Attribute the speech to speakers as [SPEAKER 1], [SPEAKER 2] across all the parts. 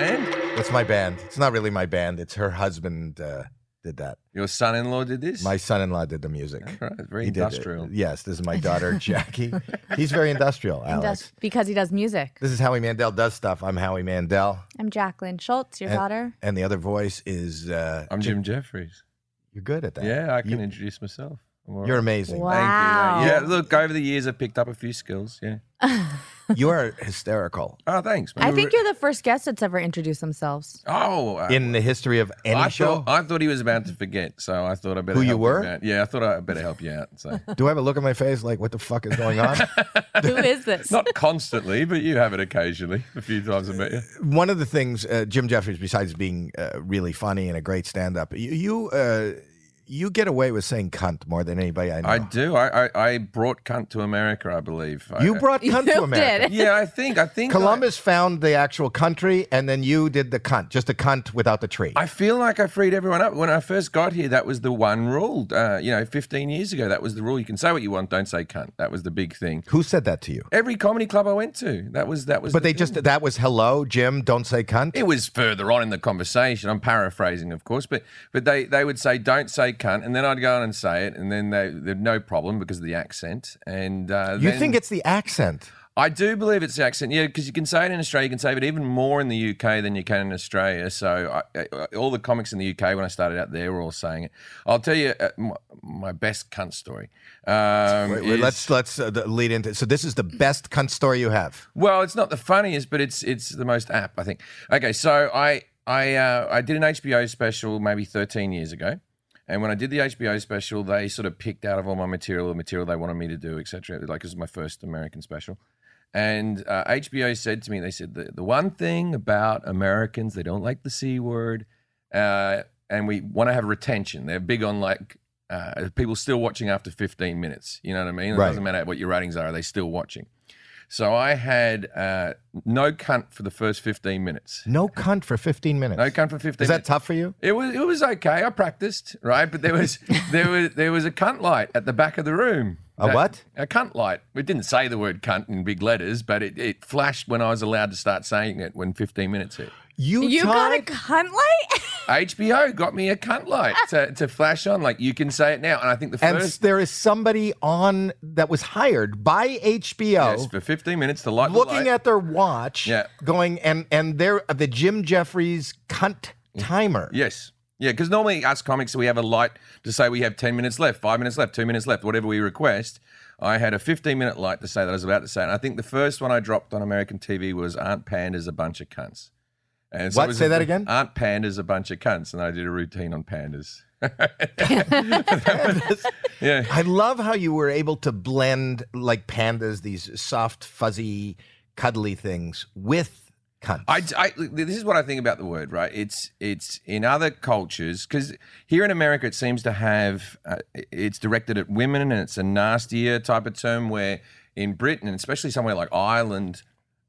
[SPEAKER 1] That's my band. It's not really my band. It's her husband uh, did that.
[SPEAKER 2] Your son-in-law did this.
[SPEAKER 1] My son-in-law did the music.
[SPEAKER 2] All right, very
[SPEAKER 1] He did it.
[SPEAKER 2] industrial.
[SPEAKER 1] Yes, this is my daughter Jackie. He's very industrial, Alex.
[SPEAKER 3] Does, because he does music.
[SPEAKER 1] This is Howie Mandel does stuff. I'm Howie Mandel,
[SPEAKER 3] I'm Jacqueline Schultz, your
[SPEAKER 1] And-
[SPEAKER 3] daughter.
[SPEAKER 1] and the other voice is. Uh,
[SPEAKER 2] I'm Jim Jeffries.
[SPEAKER 1] You're good at that.
[SPEAKER 2] Yeah, I can
[SPEAKER 1] You,
[SPEAKER 2] introduce myself. I'm all
[SPEAKER 1] you're
[SPEAKER 2] right.
[SPEAKER 1] amazing.
[SPEAKER 3] Wow.
[SPEAKER 2] Thank you. Yeah,
[SPEAKER 3] Wow.
[SPEAKER 2] look, over the years I picked up a few skills. Yeah.
[SPEAKER 1] You are hysterical.
[SPEAKER 2] Oh, thanks, man.
[SPEAKER 3] I think you're the first guest that's ever introduced themselves.
[SPEAKER 2] Oh, uh,
[SPEAKER 1] In the history of any
[SPEAKER 2] I uh,
[SPEAKER 1] show,
[SPEAKER 2] thought I thought he was about to forget, so I thought I better
[SPEAKER 1] Who you
[SPEAKER 2] help him
[SPEAKER 1] were?
[SPEAKER 2] out. Yeah, I thought I better help you out. So
[SPEAKER 1] do I have a look on my face like what the fuck is going on?
[SPEAKER 3] Who is this?
[SPEAKER 2] not constantly, but you have it occasionally. A few times I met you.
[SPEAKER 1] One of the things uh, Jim Jeffries, besides being uh, really funny and a great stand-up, you you, uh, you get away with saying cunt more than anybody I know.
[SPEAKER 2] I do. I, I I brought cunt to America, I believe. I- uh,
[SPEAKER 1] you brought cunt to
[SPEAKER 3] You
[SPEAKER 1] America.
[SPEAKER 3] did.
[SPEAKER 2] Yeah, I think I think I-
[SPEAKER 1] Columbus found the actual country, and then you did the cunt, just a cunt without the tree.
[SPEAKER 2] I feel like I freed everyone up. When I first got here, that was the one rule. Uh, you know, 15 years ago, that was the rule. You can say what you want, don't say cunt. That was the big thing.
[SPEAKER 1] Who said that to you?
[SPEAKER 2] Every comedy club I went to, that was that was.
[SPEAKER 1] But
[SPEAKER 2] the
[SPEAKER 1] they just
[SPEAKER 2] thing.
[SPEAKER 1] that was hello, Jim. Don't say cunt.
[SPEAKER 2] It was further on in the conversation. I'm paraphrasing, of course, but but they, they would say don't say cunt, and then I'd go on and say it, and then they they'd no problem because of the accent. And uh,
[SPEAKER 1] you
[SPEAKER 2] then-
[SPEAKER 1] think it's the accent?
[SPEAKER 2] I do believe it's the accent, yeah, because you can say it in Australia, you can say it even more in the UK than you can in Australia. So I, I, all the comics in the UK when I started out there were all saying it. I'll tell you uh, my, my best cunt story. Um,
[SPEAKER 1] Wait, wait,
[SPEAKER 2] is-
[SPEAKER 1] let's let's uh, th- lead into. So this is the best cunt story you have.
[SPEAKER 2] well, it's not the funniest, but it's it's the most apt, I think. Okay, so I I uh, I did an HBO special maybe 13 years ago, and when I did the HBO special, they sort of picked out of all my material the material they wanted me to do, etc. Like this is my first American special, and uh, HBO said to me, they said the the one thing about Americans they don't like the c word, uh, and we want to have retention. They're big on like. Uh, people still watching after 15 minutes. You know what I mean? It
[SPEAKER 1] Right.
[SPEAKER 2] doesn't matter what your ratings are, are they still watching? So I had uh, no cunt for the first 15 minutes.
[SPEAKER 1] No cunt for 15 minutes.
[SPEAKER 2] No cunt for 15
[SPEAKER 1] Is that
[SPEAKER 2] minutes.
[SPEAKER 1] tough for you?
[SPEAKER 2] It was it was okay. I practiced, right? But there was there was there was a cunt light at the back of the room.
[SPEAKER 1] A
[SPEAKER 2] That-
[SPEAKER 1] what?
[SPEAKER 2] A cunt light. It didn't say the word cunt in big letters, but it, it flashed when I was allowed to start saying it when 15 minutes hit.
[SPEAKER 3] You got a cunt light?
[SPEAKER 2] HBO got me a cunt light to, to flash on like you can say it now. And I think the
[SPEAKER 1] and
[SPEAKER 2] first
[SPEAKER 1] there is somebody on that was hired by HBO
[SPEAKER 2] yes, for 15 minutes the light the light.
[SPEAKER 1] looking at their watch,
[SPEAKER 2] Yeah.
[SPEAKER 1] going and and they're uh, the Jim Jeffries cunt timer.
[SPEAKER 2] Yes. Mm. Yeah, because normally us comics, we have a light to say we have 10 minutes left, five minutes left, two minutes left, whatever we request. I had a 15 minute light to say that I was about to say. And I think the first one I dropped on American TV was Aunt Panda's a bunch of cunts. And
[SPEAKER 1] What?
[SPEAKER 2] it was
[SPEAKER 1] Say
[SPEAKER 2] a-
[SPEAKER 1] that again?
[SPEAKER 2] Aunt Panda's a bunch of cunts. And I did a routine on pandas. yeah.
[SPEAKER 1] I love how you were able to blend like pandas, these soft, fuzzy, cuddly things with cunt.
[SPEAKER 2] I, I- this is what I think about the word, right? It's it's in other cultures because here in America it seems to have uh, it's directed at women and it's a nastier type of term. Where in Britain and especially somewhere like Ireland,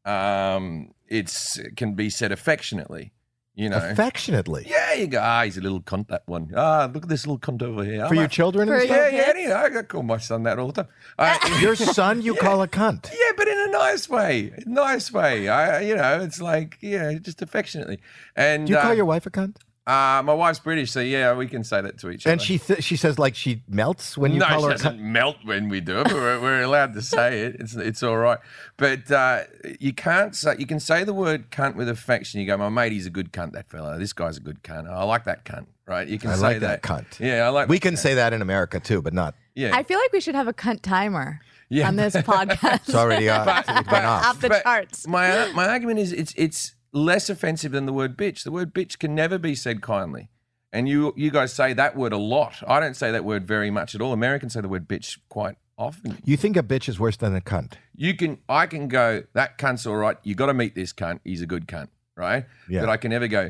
[SPEAKER 2] um, it's it can be said affectionately. You know,
[SPEAKER 1] affectionately
[SPEAKER 2] yeah, you go. Ah, he's a little cunt. That one. Ah, look at this little cunt over here.
[SPEAKER 1] for
[SPEAKER 2] I'm
[SPEAKER 1] your
[SPEAKER 2] a-
[SPEAKER 1] children.
[SPEAKER 3] For
[SPEAKER 1] and
[SPEAKER 3] your-
[SPEAKER 1] stuff?
[SPEAKER 2] yeah, yeah, yeah. I call my son that all the time. Uh,
[SPEAKER 1] Your son, you call a cunt.
[SPEAKER 2] yeah, but in a nice way, nice way. I, you know, it's like yeah, just affectionately. And
[SPEAKER 1] Do you call
[SPEAKER 2] uh,
[SPEAKER 1] your wife a cunt?
[SPEAKER 2] uh, my wife's British, so yeah, we can say that to each other.
[SPEAKER 1] And she th- she says like she melts when you
[SPEAKER 2] no,
[SPEAKER 1] call
[SPEAKER 2] she
[SPEAKER 1] her a cunt.
[SPEAKER 2] doesn't melt when we do it. But we're, we're allowed to say it. It's it's all right. But uh, you can't say you can say the word cunt with affection. You go, my mate, he's a good cunt. That fella, this guy's a good cunt. I like that cunt. Right? You can
[SPEAKER 1] I
[SPEAKER 2] say
[SPEAKER 1] like that
[SPEAKER 2] that.
[SPEAKER 1] cunt.
[SPEAKER 2] Yeah, I like.
[SPEAKER 1] We can say that in America too, but not.
[SPEAKER 2] yeah.
[SPEAKER 3] I feel like we should have a cunt timer
[SPEAKER 2] Yeah.
[SPEAKER 3] on this podcast.
[SPEAKER 1] It's already on.
[SPEAKER 2] But-
[SPEAKER 1] it's been
[SPEAKER 2] but-
[SPEAKER 1] off.
[SPEAKER 3] Off the
[SPEAKER 2] But
[SPEAKER 3] charts.
[SPEAKER 2] My my argument is it's it's less offensive than the word bitch. The word bitch can never be said kindly. And you you guys say that word a lot. I don't say that word very much at all. Americans say the word bitch quite often.
[SPEAKER 1] You think a bitch is worse than a cunt?
[SPEAKER 2] You can I can go that cunt's all right. You got to meet this cunt. He's a good cunt, right?
[SPEAKER 1] Yeah.
[SPEAKER 2] But I can never go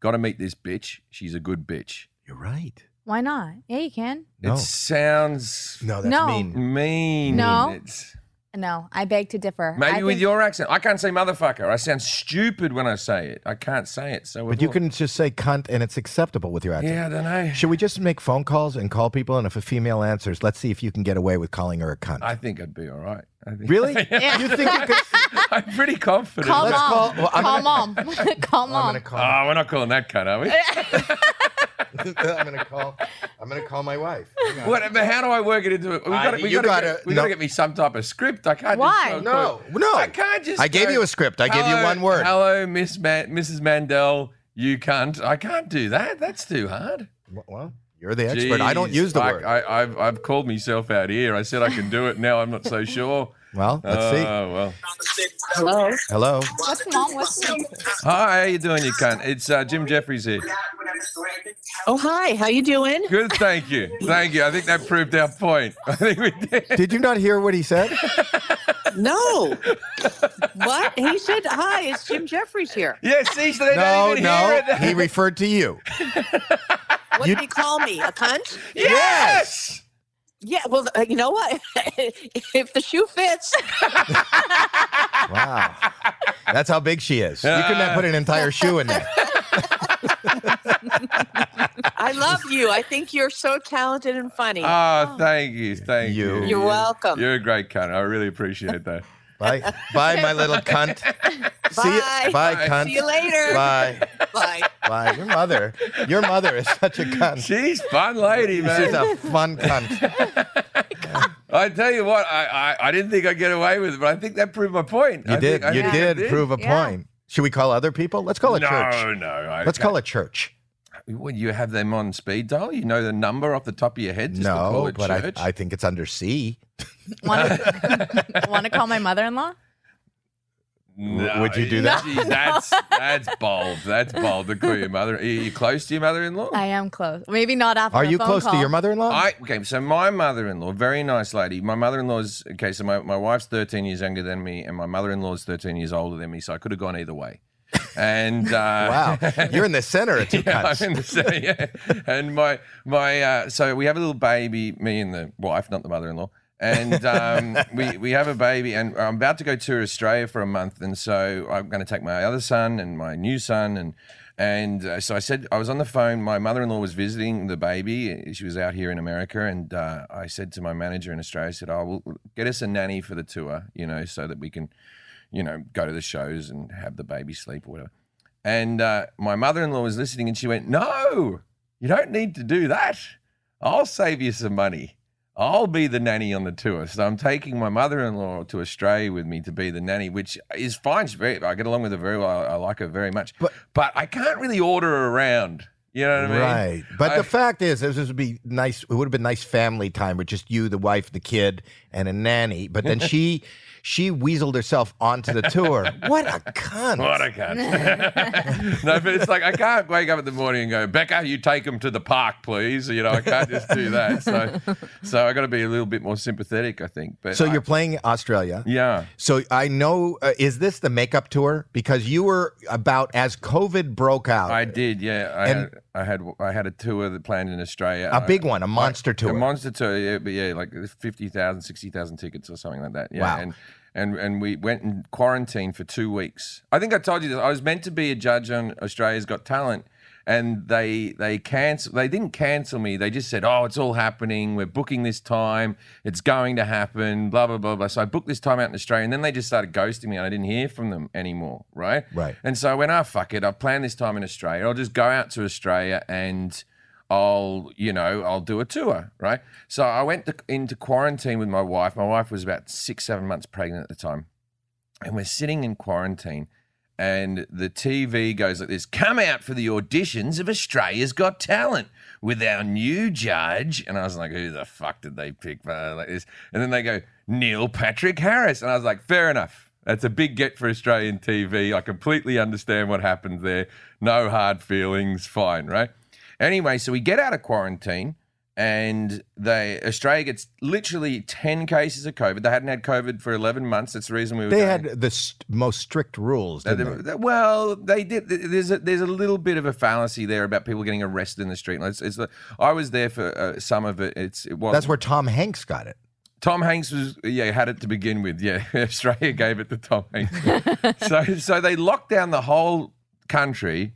[SPEAKER 2] got to meet this bitch. She's a good bitch.
[SPEAKER 1] You're right.
[SPEAKER 3] Why not? Yeah, you can.
[SPEAKER 1] No,
[SPEAKER 2] It sounds
[SPEAKER 1] no, that's
[SPEAKER 2] Mm.
[SPEAKER 3] No.
[SPEAKER 1] mean.
[SPEAKER 2] mean.
[SPEAKER 3] No.
[SPEAKER 2] It's,
[SPEAKER 3] No, I beg to differ.
[SPEAKER 2] Maybe
[SPEAKER 3] I
[SPEAKER 2] with
[SPEAKER 3] think-
[SPEAKER 2] your accent. I can't say motherfucker. I sound stupid when I say it. I can't say it. So
[SPEAKER 1] But you can just say cunt and it's acceptable with your accent.
[SPEAKER 2] Yeah, I don't know.
[SPEAKER 1] Should we just make phone calls and call people? And if a female answers, let's see if you can get away with calling her a cunt.
[SPEAKER 2] I think I'd be all right. I think,
[SPEAKER 1] really? You think you could?
[SPEAKER 2] I'm pretty confident.
[SPEAKER 3] Call
[SPEAKER 1] Let's
[SPEAKER 3] mom.
[SPEAKER 1] call- well, I'm
[SPEAKER 3] call mom. call
[SPEAKER 1] I'm
[SPEAKER 3] mom.
[SPEAKER 1] gonna call.
[SPEAKER 2] Oh, we're not calling that cut, are we?
[SPEAKER 1] I'm gonna call. I'm gonna call my wife. Hang on.
[SPEAKER 2] What, but how do I work it into it? We
[SPEAKER 1] I-
[SPEAKER 2] got we
[SPEAKER 1] you
[SPEAKER 2] got to
[SPEAKER 1] gotta-
[SPEAKER 2] we
[SPEAKER 1] no.
[SPEAKER 2] got to get me some type of script. I can't.
[SPEAKER 3] Why?
[SPEAKER 2] Just,
[SPEAKER 1] No, no.
[SPEAKER 2] I can't just.
[SPEAKER 1] I gave
[SPEAKER 2] go,
[SPEAKER 1] you a script. I gave you
[SPEAKER 2] "Hello-
[SPEAKER 1] one word.
[SPEAKER 2] Hello, Miss Man- Mrs. Mandel. You can't. I can't do that. That's too hard.
[SPEAKER 1] Well, you're the expert. I don't
[SPEAKER 2] Jeez,
[SPEAKER 1] use the
[SPEAKER 2] like,
[SPEAKER 1] word.
[SPEAKER 2] I, I've I've called myself out here. I said I can do it. Now I'm not so sure.
[SPEAKER 1] well, let's
[SPEAKER 2] oh
[SPEAKER 1] see.
[SPEAKER 2] well.
[SPEAKER 3] Hello.
[SPEAKER 1] Hello.
[SPEAKER 3] What's mom? What's mom?
[SPEAKER 2] Hi, how you doing? You cunt. It's uh, Jim Jeffries here.
[SPEAKER 4] Oh hi, how you doing?
[SPEAKER 2] Good, thank you, thank you. I think that proved our point. I think we did.
[SPEAKER 1] Did you not hear what he said?
[SPEAKER 4] No. what? He said hi, it's Jim Jeffries here.
[SPEAKER 2] Yeah, see, so they don't
[SPEAKER 1] no,
[SPEAKER 2] even
[SPEAKER 1] no.
[SPEAKER 2] hear it.
[SPEAKER 1] He referred to you.
[SPEAKER 4] What
[SPEAKER 1] You-
[SPEAKER 4] did he call me? A cunt?
[SPEAKER 2] yes!
[SPEAKER 4] Yeah, well, uh, you know what? if the shoe fits,
[SPEAKER 1] Wow. That's how big she is. You couldn't have put an entire shoe in there.
[SPEAKER 4] I love you. I think you're so talented and funny.
[SPEAKER 1] Ah,
[SPEAKER 2] Oh, thank you, thank you.
[SPEAKER 1] You-
[SPEAKER 4] You're welcome.
[SPEAKER 2] You're a great cunt. I really appreciate that.
[SPEAKER 1] Bye, bye, my little cunt. See
[SPEAKER 4] Bye.
[SPEAKER 1] you. Bye,
[SPEAKER 2] Bye.
[SPEAKER 1] cunt.
[SPEAKER 4] See you later.
[SPEAKER 1] Bye,
[SPEAKER 4] Bye.
[SPEAKER 1] bye. Your mother, your mother is such a cunt.
[SPEAKER 2] She's fun lady,
[SPEAKER 1] She's
[SPEAKER 2] man.
[SPEAKER 1] a fun cunt.
[SPEAKER 2] I tell you what, I, I, I didn't think I'd get away with it, but I think that proved my point.
[SPEAKER 1] You
[SPEAKER 2] I
[SPEAKER 1] did.
[SPEAKER 2] think- I
[SPEAKER 1] You
[SPEAKER 2] think I
[SPEAKER 1] did prove a
[SPEAKER 3] Yeah.
[SPEAKER 1] point. Should we call other people? Let's call a
[SPEAKER 2] no,
[SPEAKER 1] church.
[SPEAKER 2] no. I,
[SPEAKER 1] Let's call a church.
[SPEAKER 2] Well, you have them on speed dial. You know the number off the top of your head. Just to call
[SPEAKER 1] No,
[SPEAKER 2] a
[SPEAKER 1] but I,
[SPEAKER 2] church?
[SPEAKER 1] I think it's under C.
[SPEAKER 3] Want to want to call my mother-in-law?
[SPEAKER 2] No,
[SPEAKER 1] Would you do
[SPEAKER 2] you-
[SPEAKER 1] that?
[SPEAKER 2] gee, that's that's bold. That's bold to call your mother. Are you close to your mother-in-law?
[SPEAKER 3] I am close. Maybe not after.
[SPEAKER 1] Are
[SPEAKER 3] the
[SPEAKER 1] you
[SPEAKER 3] phone
[SPEAKER 1] close to
[SPEAKER 3] call.
[SPEAKER 1] your mother-in-law?
[SPEAKER 2] I okay. So my mother-in-law, very nice lady. My mother-in-law's okay. So my, my wife's thirteen years younger than me, and my mother-in-law's thirteen years older than me. So I could have gone either way. And uh,
[SPEAKER 1] wow, you're in the center of two
[SPEAKER 2] Yeah,
[SPEAKER 1] cunts.
[SPEAKER 2] I'm in the same- yeah. And my my uh, so we have a little baby, me and the wife, not the mother-in-law, and um, we we have a baby, and I'm about to go to Australia for a month, and so I'm going to take my other son and my new son, and and uh, so I said I was on the phone. My mother-in-law was visiting the baby; she was out here in America, and uh, I said to my manager in Australia, I said, "Oh, well, get us a nanny for the tour, you know, so that we can." you know, go to the shows and have the baby sleep or whatever. And uh, my mother in law was listening and she went, No, you don't need to do that. I'll save you some money. I'll be the nanny on the tour. So I'm taking my mother in law to Australia with me to be the nanny, which is fine. She's very, I get along with her very well. I, I like her very much. But,
[SPEAKER 1] But-
[SPEAKER 2] but I can't really order her around. You know what I mean?
[SPEAKER 1] Right, but
[SPEAKER 2] I-
[SPEAKER 1] the fact is, this would be nice. It would have been nice family time with just you, the wife, the kid, and a nanny. But then she, she weaseled herself onto the tour. What a cunt!
[SPEAKER 2] What I can't. no, but it's like I can't wake up in the morning and go, Becca, you take him to the park, please. You know, I can't just do that. So, so I got to be a little bit more sympathetic, I think. But
[SPEAKER 1] so
[SPEAKER 2] I-
[SPEAKER 1] you're playing Australia.
[SPEAKER 2] yeah,
[SPEAKER 1] So I know. Uh, is this the makeup tour? Because you were about as COVID broke out,
[SPEAKER 2] I did. Yeah, I,
[SPEAKER 1] And-
[SPEAKER 2] had, I had I had a tour that planned in Australia.
[SPEAKER 1] a big one, a monster tour.
[SPEAKER 2] A monster tour, yeah, but yeah, like 50,000, 60,000 tickets or something like that. Yeah,
[SPEAKER 1] Wow.
[SPEAKER 2] and and and we went in quarantine for two weeks. I think I told you this. I was meant to be a judge on Australia's Got Talent, and they they cancel. They didn't cancel me. They just said, "Oh, it's all happening. We're booking this time. It's going to happen." Blah blah blah blah. So I booked this time out in Australia, and then they just started ghosting me, and I didn't hear from them anymore. Right.
[SPEAKER 1] Right.
[SPEAKER 2] And so I went, "Oh fuck it. I'll plan this time in Australia. I'll just go out to Australia and." I'll, you know, I'll do a tour, right? So I went to, into quarantine with my wife. My wife was about six, seven months pregnant at the time. And we're sitting in quarantine, and the TV goes like this Come out for the auditions of Australia's Got Talent with our new judge. And I was like, Who the fuck did they pick? Uh, Like this. And then they go, Neil Patrick Harris. And I was like, Fair enough. That's a big get for Australian TV. I completely understand what happened there. No hard feelings. Fine, right? Anyway, so we get out of quarantine and they Australia gets literally 10 cases of COVID. They hadn't had COVID for 11 months. That's the reason we were
[SPEAKER 1] they
[SPEAKER 2] going-
[SPEAKER 1] had the st- most strict rules.
[SPEAKER 2] Uh,
[SPEAKER 1] Didn't
[SPEAKER 2] they-
[SPEAKER 1] they?
[SPEAKER 2] they- well, they did. th- There's a, there's a little bit of a fallacy there about people getting arrested in the street. It's, it's the, I was there for uh, some of it. It's it was
[SPEAKER 1] That's where Tom Hanks got it.
[SPEAKER 2] Tom Hanks was yeah had it to begin with. Yeah, Australia gave it to Tom Hanks. so so they locked down the whole country,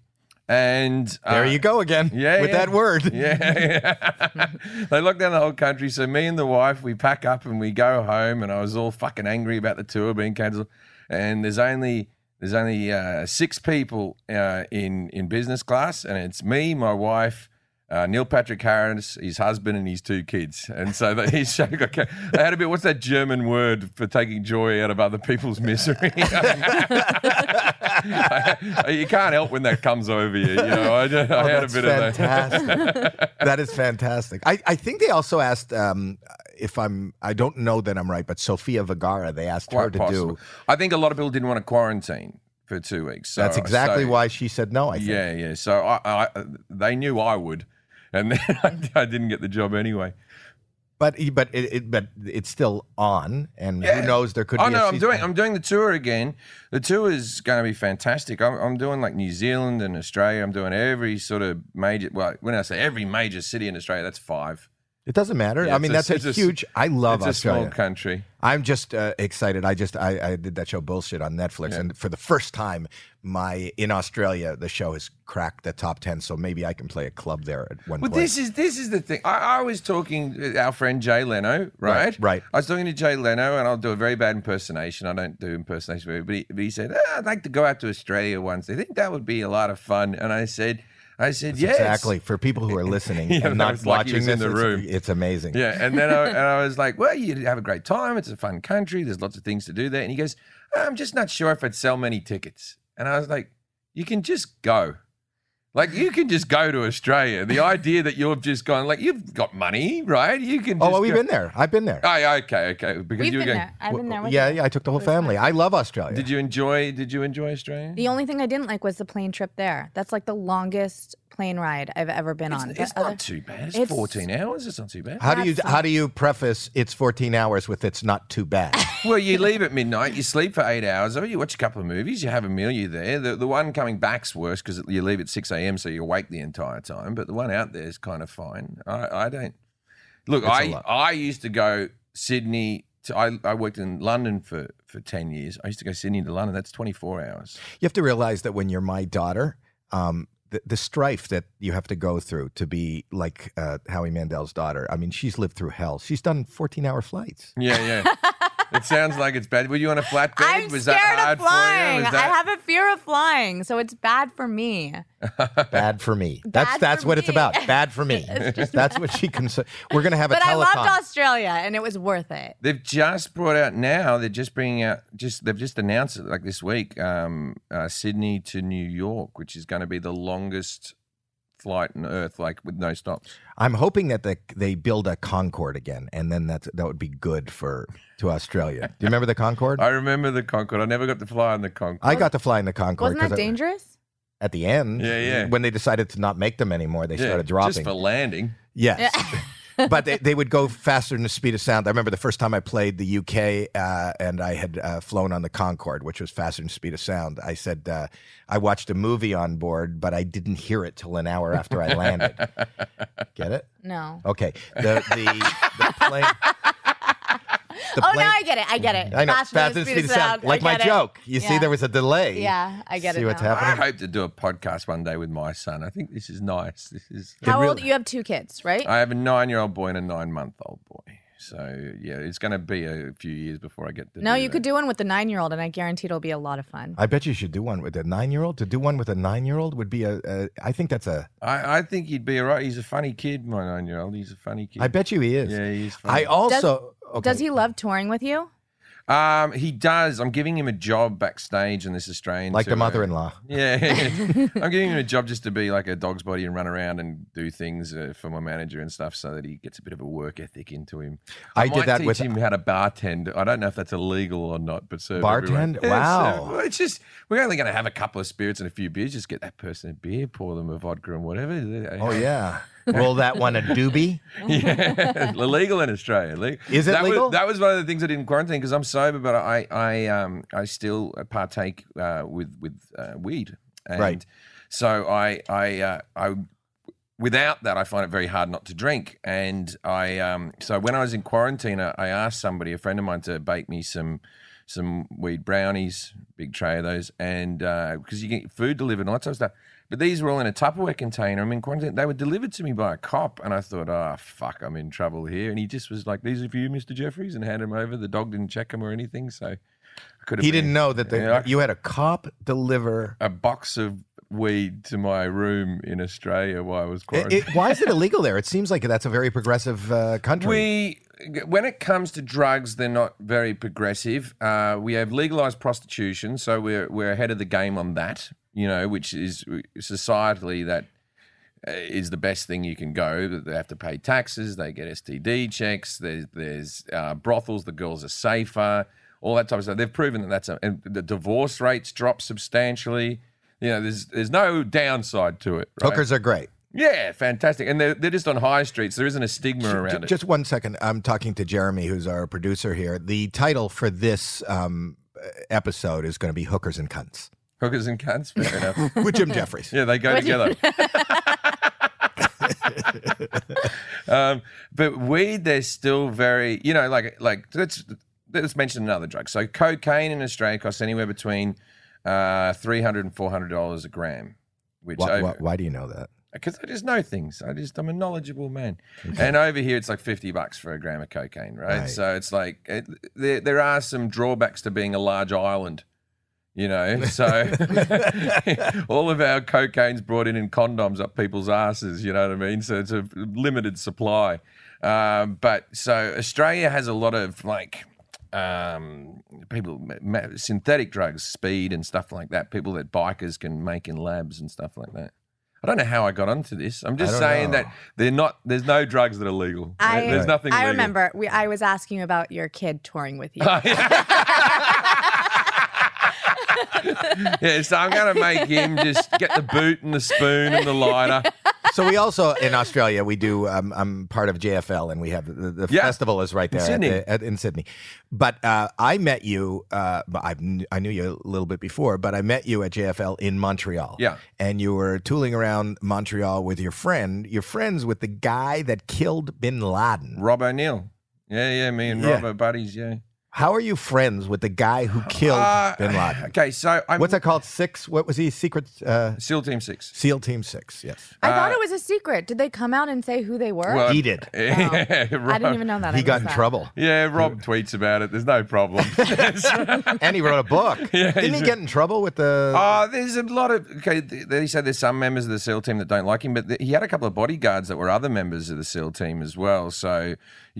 [SPEAKER 2] and uh,
[SPEAKER 1] There you go again.
[SPEAKER 2] yeah,
[SPEAKER 1] with
[SPEAKER 2] yeah.
[SPEAKER 1] that word.
[SPEAKER 2] yeah. they locked down the whole country. So me and the wife, we pack up and we go home. And I was all fucking angry about the tour being cancelled. And there's only there's only uh, six people uh, in in business class, and it's me, my wife. Uh, Neil Patrick Harris, his husband, and his two kids, and so they, his show got. ca- They had a bit. What's that German word for taking joy out of other people's misery? you can't help when that comes over you. You know, I, just, I
[SPEAKER 1] Oh,
[SPEAKER 2] had a
[SPEAKER 1] that's
[SPEAKER 2] bit of that.
[SPEAKER 1] fantastic. that is fantastic. I, I think they also asked um, if I'm. I don't know that I'm right, but Sofia Vergara. They asked her
[SPEAKER 2] quite
[SPEAKER 1] to
[SPEAKER 2] possible.
[SPEAKER 1] do.
[SPEAKER 2] I think a lot of people didn't want to quarantine for two weeks. So,
[SPEAKER 1] That's exactly
[SPEAKER 2] Oh, so-
[SPEAKER 1] why she said no. I think.
[SPEAKER 2] Yeah, yeah. So I, I, they knew I would, and then I didn't get the job anyway.
[SPEAKER 1] But but it, it but it's still on, and
[SPEAKER 2] Yeah.
[SPEAKER 1] who knows? There could.
[SPEAKER 2] Oh
[SPEAKER 1] be a
[SPEAKER 2] no, I'm
[SPEAKER 1] season-
[SPEAKER 2] doing I'm doing the tour again. The tour is going to be fantastic. I'm, I'm doing like New Zealand and Australia. I'm doing every sort of major. Well, when I say every major city in Australia, that's five.
[SPEAKER 1] It doesn't matter.
[SPEAKER 2] Yeah,
[SPEAKER 1] I mean,
[SPEAKER 2] it's
[SPEAKER 1] that's
[SPEAKER 2] a-
[SPEAKER 1] a,
[SPEAKER 2] it's a s-
[SPEAKER 1] huge. I love
[SPEAKER 2] it's a small
[SPEAKER 1] Australia.
[SPEAKER 2] country.
[SPEAKER 1] I'm just uh, excited. I just I, I did that show bullshit on Netflix, and for the first time, my in Australia the show has cracked the top ten. So maybe I can play a club there at one
[SPEAKER 2] Well,
[SPEAKER 1] point.
[SPEAKER 2] this is this is the thing. I, I was talking to our friend Jay Leno, right?
[SPEAKER 1] right.
[SPEAKER 2] I was talking to Jay Leno, and I'll do a very bad impersonation. I don't do impersonation, very- but he, but he said, "Ah, "I'd like to go out to Australia once. I think that would be a lot of fun." And I said, "I said yes,
[SPEAKER 1] Exactly. For people who are listening
[SPEAKER 2] Yeah, that
[SPEAKER 1] and not
[SPEAKER 2] was like he
[SPEAKER 1] watching
[SPEAKER 2] was
[SPEAKER 1] this,
[SPEAKER 2] in the
[SPEAKER 1] it's,
[SPEAKER 2] room.
[SPEAKER 1] it's amazing.
[SPEAKER 2] Yeah, and then I, and I was like, "Well, you'd have a great time. It's a fun country. There's lots of things to do there." And he goes, "I'm just not sure if I'd sell many tickets." And I was like, "You can just go." Like you can just go to Australia. The idea that you've just gone, like you've got money, right? You can.
[SPEAKER 1] Oh,
[SPEAKER 2] just
[SPEAKER 1] well, we've
[SPEAKER 2] go-
[SPEAKER 1] been there. I've been there.
[SPEAKER 2] Oh, yeah, okay, okay. Because
[SPEAKER 3] We've
[SPEAKER 2] you were
[SPEAKER 3] been
[SPEAKER 2] going.
[SPEAKER 3] there. I've been there. With
[SPEAKER 1] yeah,
[SPEAKER 3] you.
[SPEAKER 1] yeah. I took the whole
[SPEAKER 3] It was fun.
[SPEAKER 1] family. I love Australia.
[SPEAKER 2] Did you enjoy? Did you enjoy Australia?
[SPEAKER 3] The only thing I didn't like was the plane trip there. That's like the longest plane ride I've ever been
[SPEAKER 2] it's
[SPEAKER 3] on.
[SPEAKER 2] it's
[SPEAKER 3] The
[SPEAKER 2] not
[SPEAKER 3] other-
[SPEAKER 2] too bad. It's,
[SPEAKER 3] it's-
[SPEAKER 2] 14 hours. It's not too bad.
[SPEAKER 1] how do you
[SPEAKER 3] Absolutely.
[SPEAKER 1] how do you preface it's 14 hours with it's not too bad?
[SPEAKER 2] well, you leave at midnight. You sleep for eight hours. Or you watch a couple of movies. You have a meal. You're there. The, the one coming back's worse because you leave at 6 a.m. So you're awake the entire time. But the one out there is kind of fine. I, I don't. Look,
[SPEAKER 1] It's a
[SPEAKER 2] I
[SPEAKER 1] lot.
[SPEAKER 2] I used to go Sydney. To, I I worked in London for for 10 years. I used to go Sydney to London. That's 24 hours.
[SPEAKER 1] you have to realize that when you're my daughter, um, the, the strife that you have to go through to be like uh, Howie Mandel's daughter. I mean, she's lived through hell. She's done 14 hour flights.
[SPEAKER 2] Yeah, yeah. it sounds like it's bad. Were you on a flatbed?
[SPEAKER 3] I'm
[SPEAKER 2] Was that
[SPEAKER 3] scared
[SPEAKER 2] hard
[SPEAKER 3] of flying.
[SPEAKER 2] for you? Was
[SPEAKER 3] I
[SPEAKER 2] that-
[SPEAKER 3] have a fear of flying, so it's bad for me.
[SPEAKER 1] Bad for me.
[SPEAKER 3] Bad
[SPEAKER 1] that's
[SPEAKER 3] for
[SPEAKER 1] that's what it's
[SPEAKER 3] me.
[SPEAKER 1] about. Bad for me. that's what she cons. We're gonna have a
[SPEAKER 3] But I
[SPEAKER 1] telethon.
[SPEAKER 3] loved Australia, and it was worth it.
[SPEAKER 2] They've just brought out now. They're just bringing out. Just they've just announced it like this week. Um, uh, Sydney to New York, which is going to be the longest flight on Earth, like with no stops.
[SPEAKER 1] I'm hoping that the, they build a Concorde again, and then that that would be good for to Australia. Do you remember the Concorde?
[SPEAKER 2] I remember the Concorde. I never got to fly on the Concorde.
[SPEAKER 1] I got to fly in the Concorde.
[SPEAKER 3] Wasn't that
[SPEAKER 1] 'cause I-
[SPEAKER 3] dangerous?
[SPEAKER 1] at the end,
[SPEAKER 2] Yeah, yeah.
[SPEAKER 1] when they decided to not make them anymore, they started dropping.
[SPEAKER 2] just for landing.
[SPEAKER 1] Yes. but they, they would go faster than the speed of sound. I remember the first time I played the UK uh, and I had uh, flown on the Concorde, which was faster than the speed of sound. I said, uh, I watched a movie on board, but I didn't hear it till an hour after I landed. Get it?
[SPEAKER 3] No.
[SPEAKER 1] Okay. The, the, the plane. The
[SPEAKER 3] oh,
[SPEAKER 1] plane-
[SPEAKER 3] now I get it. I get it.
[SPEAKER 1] I know.
[SPEAKER 3] Faster
[SPEAKER 1] Faster, than
[SPEAKER 3] than the speed
[SPEAKER 1] speed
[SPEAKER 3] of
[SPEAKER 1] of sound.
[SPEAKER 3] sound.
[SPEAKER 1] Like
[SPEAKER 3] I
[SPEAKER 1] my
[SPEAKER 3] get it.
[SPEAKER 1] joke. You see,
[SPEAKER 3] Yeah.
[SPEAKER 1] there was a delay.
[SPEAKER 3] Yeah, I get
[SPEAKER 1] see
[SPEAKER 3] it.
[SPEAKER 1] what's
[SPEAKER 3] now.
[SPEAKER 2] I
[SPEAKER 1] happening?
[SPEAKER 2] hope to do a podcast one day with my son. I think this is nice. This is.
[SPEAKER 3] How
[SPEAKER 1] It
[SPEAKER 3] old?
[SPEAKER 1] really-
[SPEAKER 3] You have two kids, right?
[SPEAKER 2] I have a nine-year-old boy and a nine-month-old boy. So yeah, it's going to be a few years before I get to.
[SPEAKER 3] no,
[SPEAKER 2] do
[SPEAKER 3] you
[SPEAKER 2] that.
[SPEAKER 3] could do one with the nine-year-old, and I guarantee it'll be a lot of fun.
[SPEAKER 1] I bet you should do one with a nine year old. To do one with a nine year old would be a, a, I think that's a,
[SPEAKER 2] I, I think he'd be all right. He's a funny kid, my nine year old. He's a funny kid.
[SPEAKER 1] I bet you he is.
[SPEAKER 2] Yeah, he's
[SPEAKER 1] I
[SPEAKER 2] funny.
[SPEAKER 1] also, okay.
[SPEAKER 3] Does he love touring with you?
[SPEAKER 2] um, he does. I'm giving him a job backstage in this Australian.
[SPEAKER 1] like the
[SPEAKER 2] tour.
[SPEAKER 1] mother in law.
[SPEAKER 2] Yeah. I'm giving him a job just to be like a dog's body and run around and do things uh, for my manager and stuff so that he gets a bit of a work ethic into him.
[SPEAKER 1] I,
[SPEAKER 2] might
[SPEAKER 1] did that
[SPEAKER 2] teach
[SPEAKER 1] with
[SPEAKER 2] him how to bartend. I don't know if that's illegal or not, but serve everyone.
[SPEAKER 1] Bartend?
[SPEAKER 2] Yeah,
[SPEAKER 1] Wow.
[SPEAKER 2] serve- well, it's just we're only going to have a couple of spirits and a few beers. Just get that person a beer, pour them a vodka and whatever.
[SPEAKER 1] Oh yeah. Roll that one a doobie.
[SPEAKER 2] yeah, illegal in Australia. Le-
[SPEAKER 1] Is it
[SPEAKER 2] that
[SPEAKER 1] legal?
[SPEAKER 2] Was, that was one of the things I didn't quarantine because I'm sober, but I I um I still partake uh, with with uh, weed. And
[SPEAKER 1] Right.
[SPEAKER 2] So I I uh, I without that, I find it very hard not to drink. And I, um, so when I was in quarantine, I I asked somebody, a friend of mine, to bake me some some weed brownies, big tray of those, and because you get food delivered and all that sort of stuff. But these were all in a Tupperware container. I'm in quarantine. They were delivered to me by a cop, and I thought, oh fuck, I'm in trouble here. And he just was like, "These are for you, Mr. Jeffries," and handed them over. The dog didn't check them or anything, so I could have.
[SPEAKER 1] He
[SPEAKER 2] been-
[SPEAKER 1] didn't know that the,
[SPEAKER 2] Yeah.
[SPEAKER 1] you had a cop deliver.
[SPEAKER 2] a box of weed to my room in Australia while I was
[SPEAKER 1] It,
[SPEAKER 2] quarantined.
[SPEAKER 1] it, why is it illegal there? It seems like that's a very progressive uh, country.
[SPEAKER 2] We, when it comes to drugs, they're not very progressive. Uh, we have legalized prostitution, so we're we're ahead of the game on that. You know, which is societally that uh, is the best thing you can go. That They have to pay taxes, they get STD checks. There's there's uh, brothels. The girls are safer. All that type of stuff. They've proven that that's a, and the divorce rates drop substantially. You know, there's there's no downside to it. Right?
[SPEAKER 1] Hookers are great.
[SPEAKER 2] Yeah, fantastic. And they're, they're just on high streets. There isn't a stigma
[SPEAKER 1] J-
[SPEAKER 2] around it.
[SPEAKER 1] Just one second. I'm talking to Jeremy, who's our producer here. The title for this um, episode is going to be "Hookers and Cunts"
[SPEAKER 2] Hookers and cunts, fair enough.
[SPEAKER 1] with Jim Jeffries.
[SPEAKER 2] Yeah, they go together. um, but weed, they're still very, you know, like like let's let's mention another drug. So cocaine in Australia costs anywhere between uh, three hundred and four hundred dollars a gram, which
[SPEAKER 1] Why,
[SPEAKER 2] over-
[SPEAKER 1] why, why do you know that?
[SPEAKER 2] because I just know things. I just I'm a knowledgeable man. And over here, it's like fifty bucks for a gram of cocaine, right?
[SPEAKER 1] Right.
[SPEAKER 2] So it's like it, there there are some drawbacks to being a large island. You know, so all of our cocaine's brought in in condoms up people's asses. You know what I mean? So it's a limited supply. Um, but so Australia has a lot of like um, people ma- ma- synthetic drugs, speed and stuff like that. People that bikers can make in labs and stuff like that. I don't know how I got onto this. I'm just
[SPEAKER 1] don't
[SPEAKER 2] saying
[SPEAKER 1] know.
[SPEAKER 2] that they're not. There's no drugs that are legal.
[SPEAKER 3] I-
[SPEAKER 2] there's nothing.
[SPEAKER 3] I
[SPEAKER 2] legal.
[SPEAKER 3] remember we, I was asking about your kid touring with you.
[SPEAKER 2] yeah, so I'm gonna make him just get the boot and the spoon and the lighter.
[SPEAKER 1] So we also in Australia we do. Um, I'm part of JFL, and we have the, the
[SPEAKER 2] Yeah.
[SPEAKER 1] festival is right there at
[SPEAKER 2] Sydney.
[SPEAKER 1] the- at- in Sydney. But uh, I met you. Uh, but I I knew you a little bit before, but I met you at JFL in Montreal.
[SPEAKER 2] Yeah.
[SPEAKER 1] and you were tooling around Montreal with your friend. Your friends with the guy that killed Bin Laden.
[SPEAKER 2] Rob O'Neill. Yeah, yeah, me and Rob
[SPEAKER 1] Yeah.
[SPEAKER 2] are buddies. Yeah,
[SPEAKER 1] How are you friends with the guy who killed
[SPEAKER 2] Uh,
[SPEAKER 1] Bin Laden?
[SPEAKER 2] Okay, so I'm
[SPEAKER 1] What's that called? Six? What was he? Secret uh,
[SPEAKER 2] SEAL Team Six.
[SPEAKER 1] SEAL Team Six. Yes,
[SPEAKER 3] I thought it was a secret. Did they come out and say who they were?
[SPEAKER 2] Well,
[SPEAKER 1] he did.
[SPEAKER 2] Yeah,
[SPEAKER 3] Oh. I
[SPEAKER 2] Rob-
[SPEAKER 3] didn't even know that. I
[SPEAKER 1] He got
[SPEAKER 3] missed
[SPEAKER 1] in
[SPEAKER 3] that.
[SPEAKER 1] trouble,
[SPEAKER 2] Yeah, Rob tweets about it. There's no problem.
[SPEAKER 1] and he wrote a book.
[SPEAKER 2] Yeah,
[SPEAKER 1] Didn't he Uh,
[SPEAKER 2] he's-
[SPEAKER 1] get in trouble with the?
[SPEAKER 2] Oh, there's a lot of okay. th- They say there's some members of the SEAL team that don't like him, but th- he had a couple of bodyguards that were other members of the SEAL team as well. So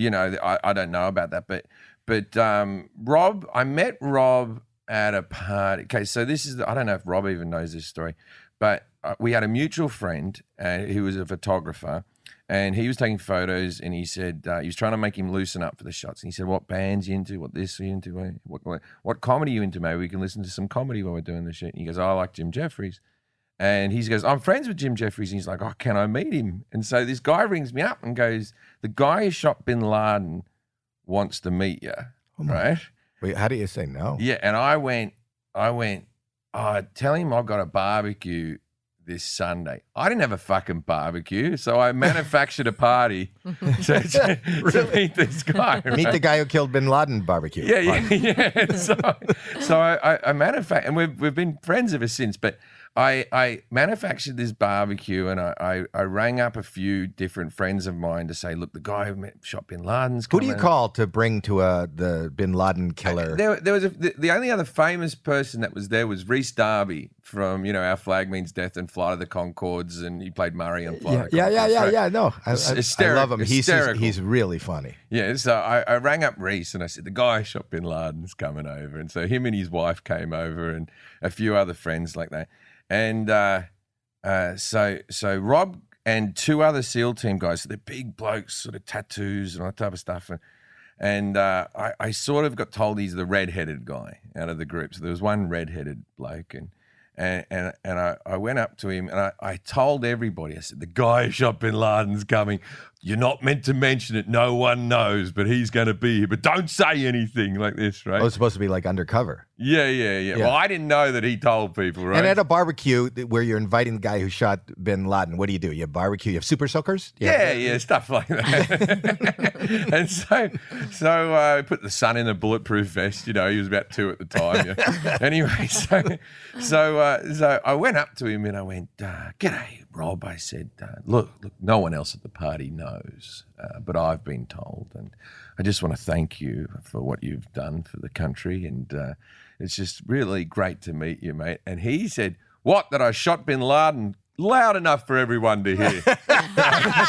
[SPEAKER 2] you know, th- I, I don't know about that, but but um, Rob, I met Rob at a party. Okay, so this is the, I don't know if Rob even knows this story, but uh, we had a mutual friend uh, who was a photographer. And he was taking photos, and he said uh, he was trying to make him loosen up for the shots. And he said, "What bands you into? What this are you into? What- What, what what comedy you into? Maybe we can listen to some comedy while we're doing this shit." And he goes, "Oh, "I like Jim Jeffries," and he goes, "I'm friends with Jim Jeffries." And he's like, "Oh, can I meet him?" And so this guy rings me up and goes, "The guy who shot Bin Laden wants to meet you,
[SPEAKER 1] Oh
[SPEAKER 2] right?"
[SPEAKER 1] Wait, how do you say no?
[SPEAKER 2] Yeah, and I went, I went, oh, tell him I've got a barbecue this Sunday. I didn't have a fucking barbecue, so I manufactured a party to, to- to meet this guy.
[SPEAKER 1] Meet
[SPEAKER 2] right?
[SPEAKER 1] the guy who killed Bin Laden barbecue.
[SPEAKER 2] Yeah,
[SPEAKER 1] Pardon.
[SPEAKER 2] yeah, yeah. So, so I, I, I manufac and we've we've been friends ever since. But I, I manufactured this barbecue, and I, I, I rang up a few different friends of mine to say, look, the guy who met, shot Bin Laden's.
[SPEAKER 1] Who do you
[SPEAKER 2] coming."
[SPEAKER 1] call to bring to uh, the Bin Laden killer?
[SPEAKER 2] There, there was a, the, the only other famous person that was there was Reese Darby from you know Our Flag Means Death and Flight of the Concords, and he played Murray on Flight
[SPEAKER 1] yeah,
[SPEAKER 2] of the
[SPEAKER 1] yeah, yeah,
[SPEAKER 2] Conchords,
[SPEAKER 1] yeah,
[SPEAKER 2] right?
[SPEAKER 1] yeah. No, I, I,
[SPEAKER 2] It's
[SPEAKER 1] I
[SPEAKER 2] hysteric-
[SPEAKER 1] love him. He's
[SPEAKER 2] hysterical.
[SPEAKER 1] he's really funny.
[SPEAKER 2] Yeah, so I, I rang up Reese and I said, the guy who shot Bin Laden's coming over. And so him and his wife came over and a few other friends like that. And uh, uh, so so Rob and two other SEAL team guys, so they're big blokes, sort of tattoos and all that type of stuff. And, and uh, I, I sort of got told he's the redheaded guy out of the group. So there was one redheaded bloke and and and, and I, I went up to him and I, I told everybody, I said, the guy who shot bin Laden's coming. you're not meant to mention it. No one knows, but he's going to be here. But don't say anything like this, right?
[SPEAKER 1] Oh, it's supposed to be like undercover.
[SPEAKER 2] yeah, yeah, yeah,
[SPEAKER 1] Yeah.
[SPEAKER 2] Well, I didn't know that he told people, right?
[SPEAKER 1] And at a barbecue th- where you're inviting the guy who shot Bin Laden, what do you do? You have barbecue. You have super soakers. You have-
[SPEAKER 2] yeah, yeah, stuff like that. and so, so uh, we put the son in a bulletproof vest. You know, he was about two at the time. you know. anyway, so, so, uh, so I went up to him and I went, uh, "G'day, Rob." I said, uh, "Look, look, no one else at the party knows, uh, but I've been told, and I just want to thank you for what you've done for the country, and uh, it's just really great to meet you, mate." And he said, "What? That I shot Bin Laden." Loud enough for everyone to hear.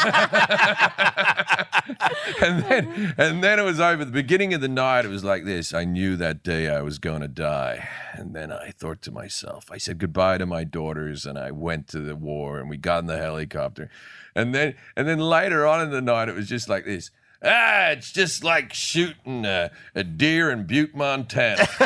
[SPEAKER 2] and then and then it was over. The beginning of the night, it was like this. I knew that day I was going to die, and then I thought to myself, I said goodbye to my daughters, and I went to the war, and we got in the helicopter, and then and then later on in the night, it was just like this. Ah, it's just like shooting a, a deer in Butte, Montana.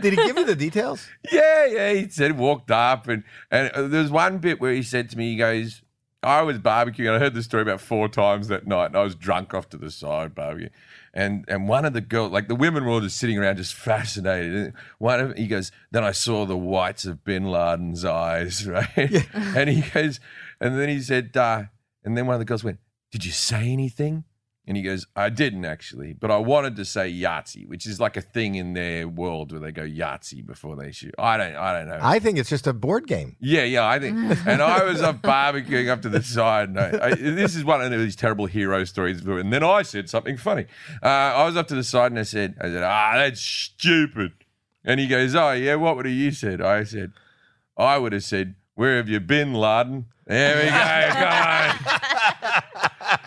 [SPEAKER 1] Did he give you the details?
[SPEAKER 2] Yeah, yeah. He said walked up and and uh, there's one bit where he said to me, he goes, I was barbecuing. and I heard this story about four times that night, and I was drunk off to the side barbecue. And and one of the girls, like the women were all just sitting around, just fascinated. And one of he goes, then I saw the whites of Bin Laden's eyes, right? and he goes, and then he said, uh, and then one of the girls went, did you say anything? And he goes, I didn't actually, but I wanted to say Yahtzee, which is like a thing in their world where they go Yahtzee before they shoot. I don't, I don't know.
[SPEAKER 1] I think it's just a board game.
[SPEAKER 2] yeah, yeah, I think. And I was up barbecuing up to the side. And I, I, this is one of these terrible hero stories. And then I said something funny. Uh, I was up to the side and I said, I said, ah, that's stupid. And he goes, oh yeah, what would have you said? I said, I would have said, where have you been, Laden? There we go. Come on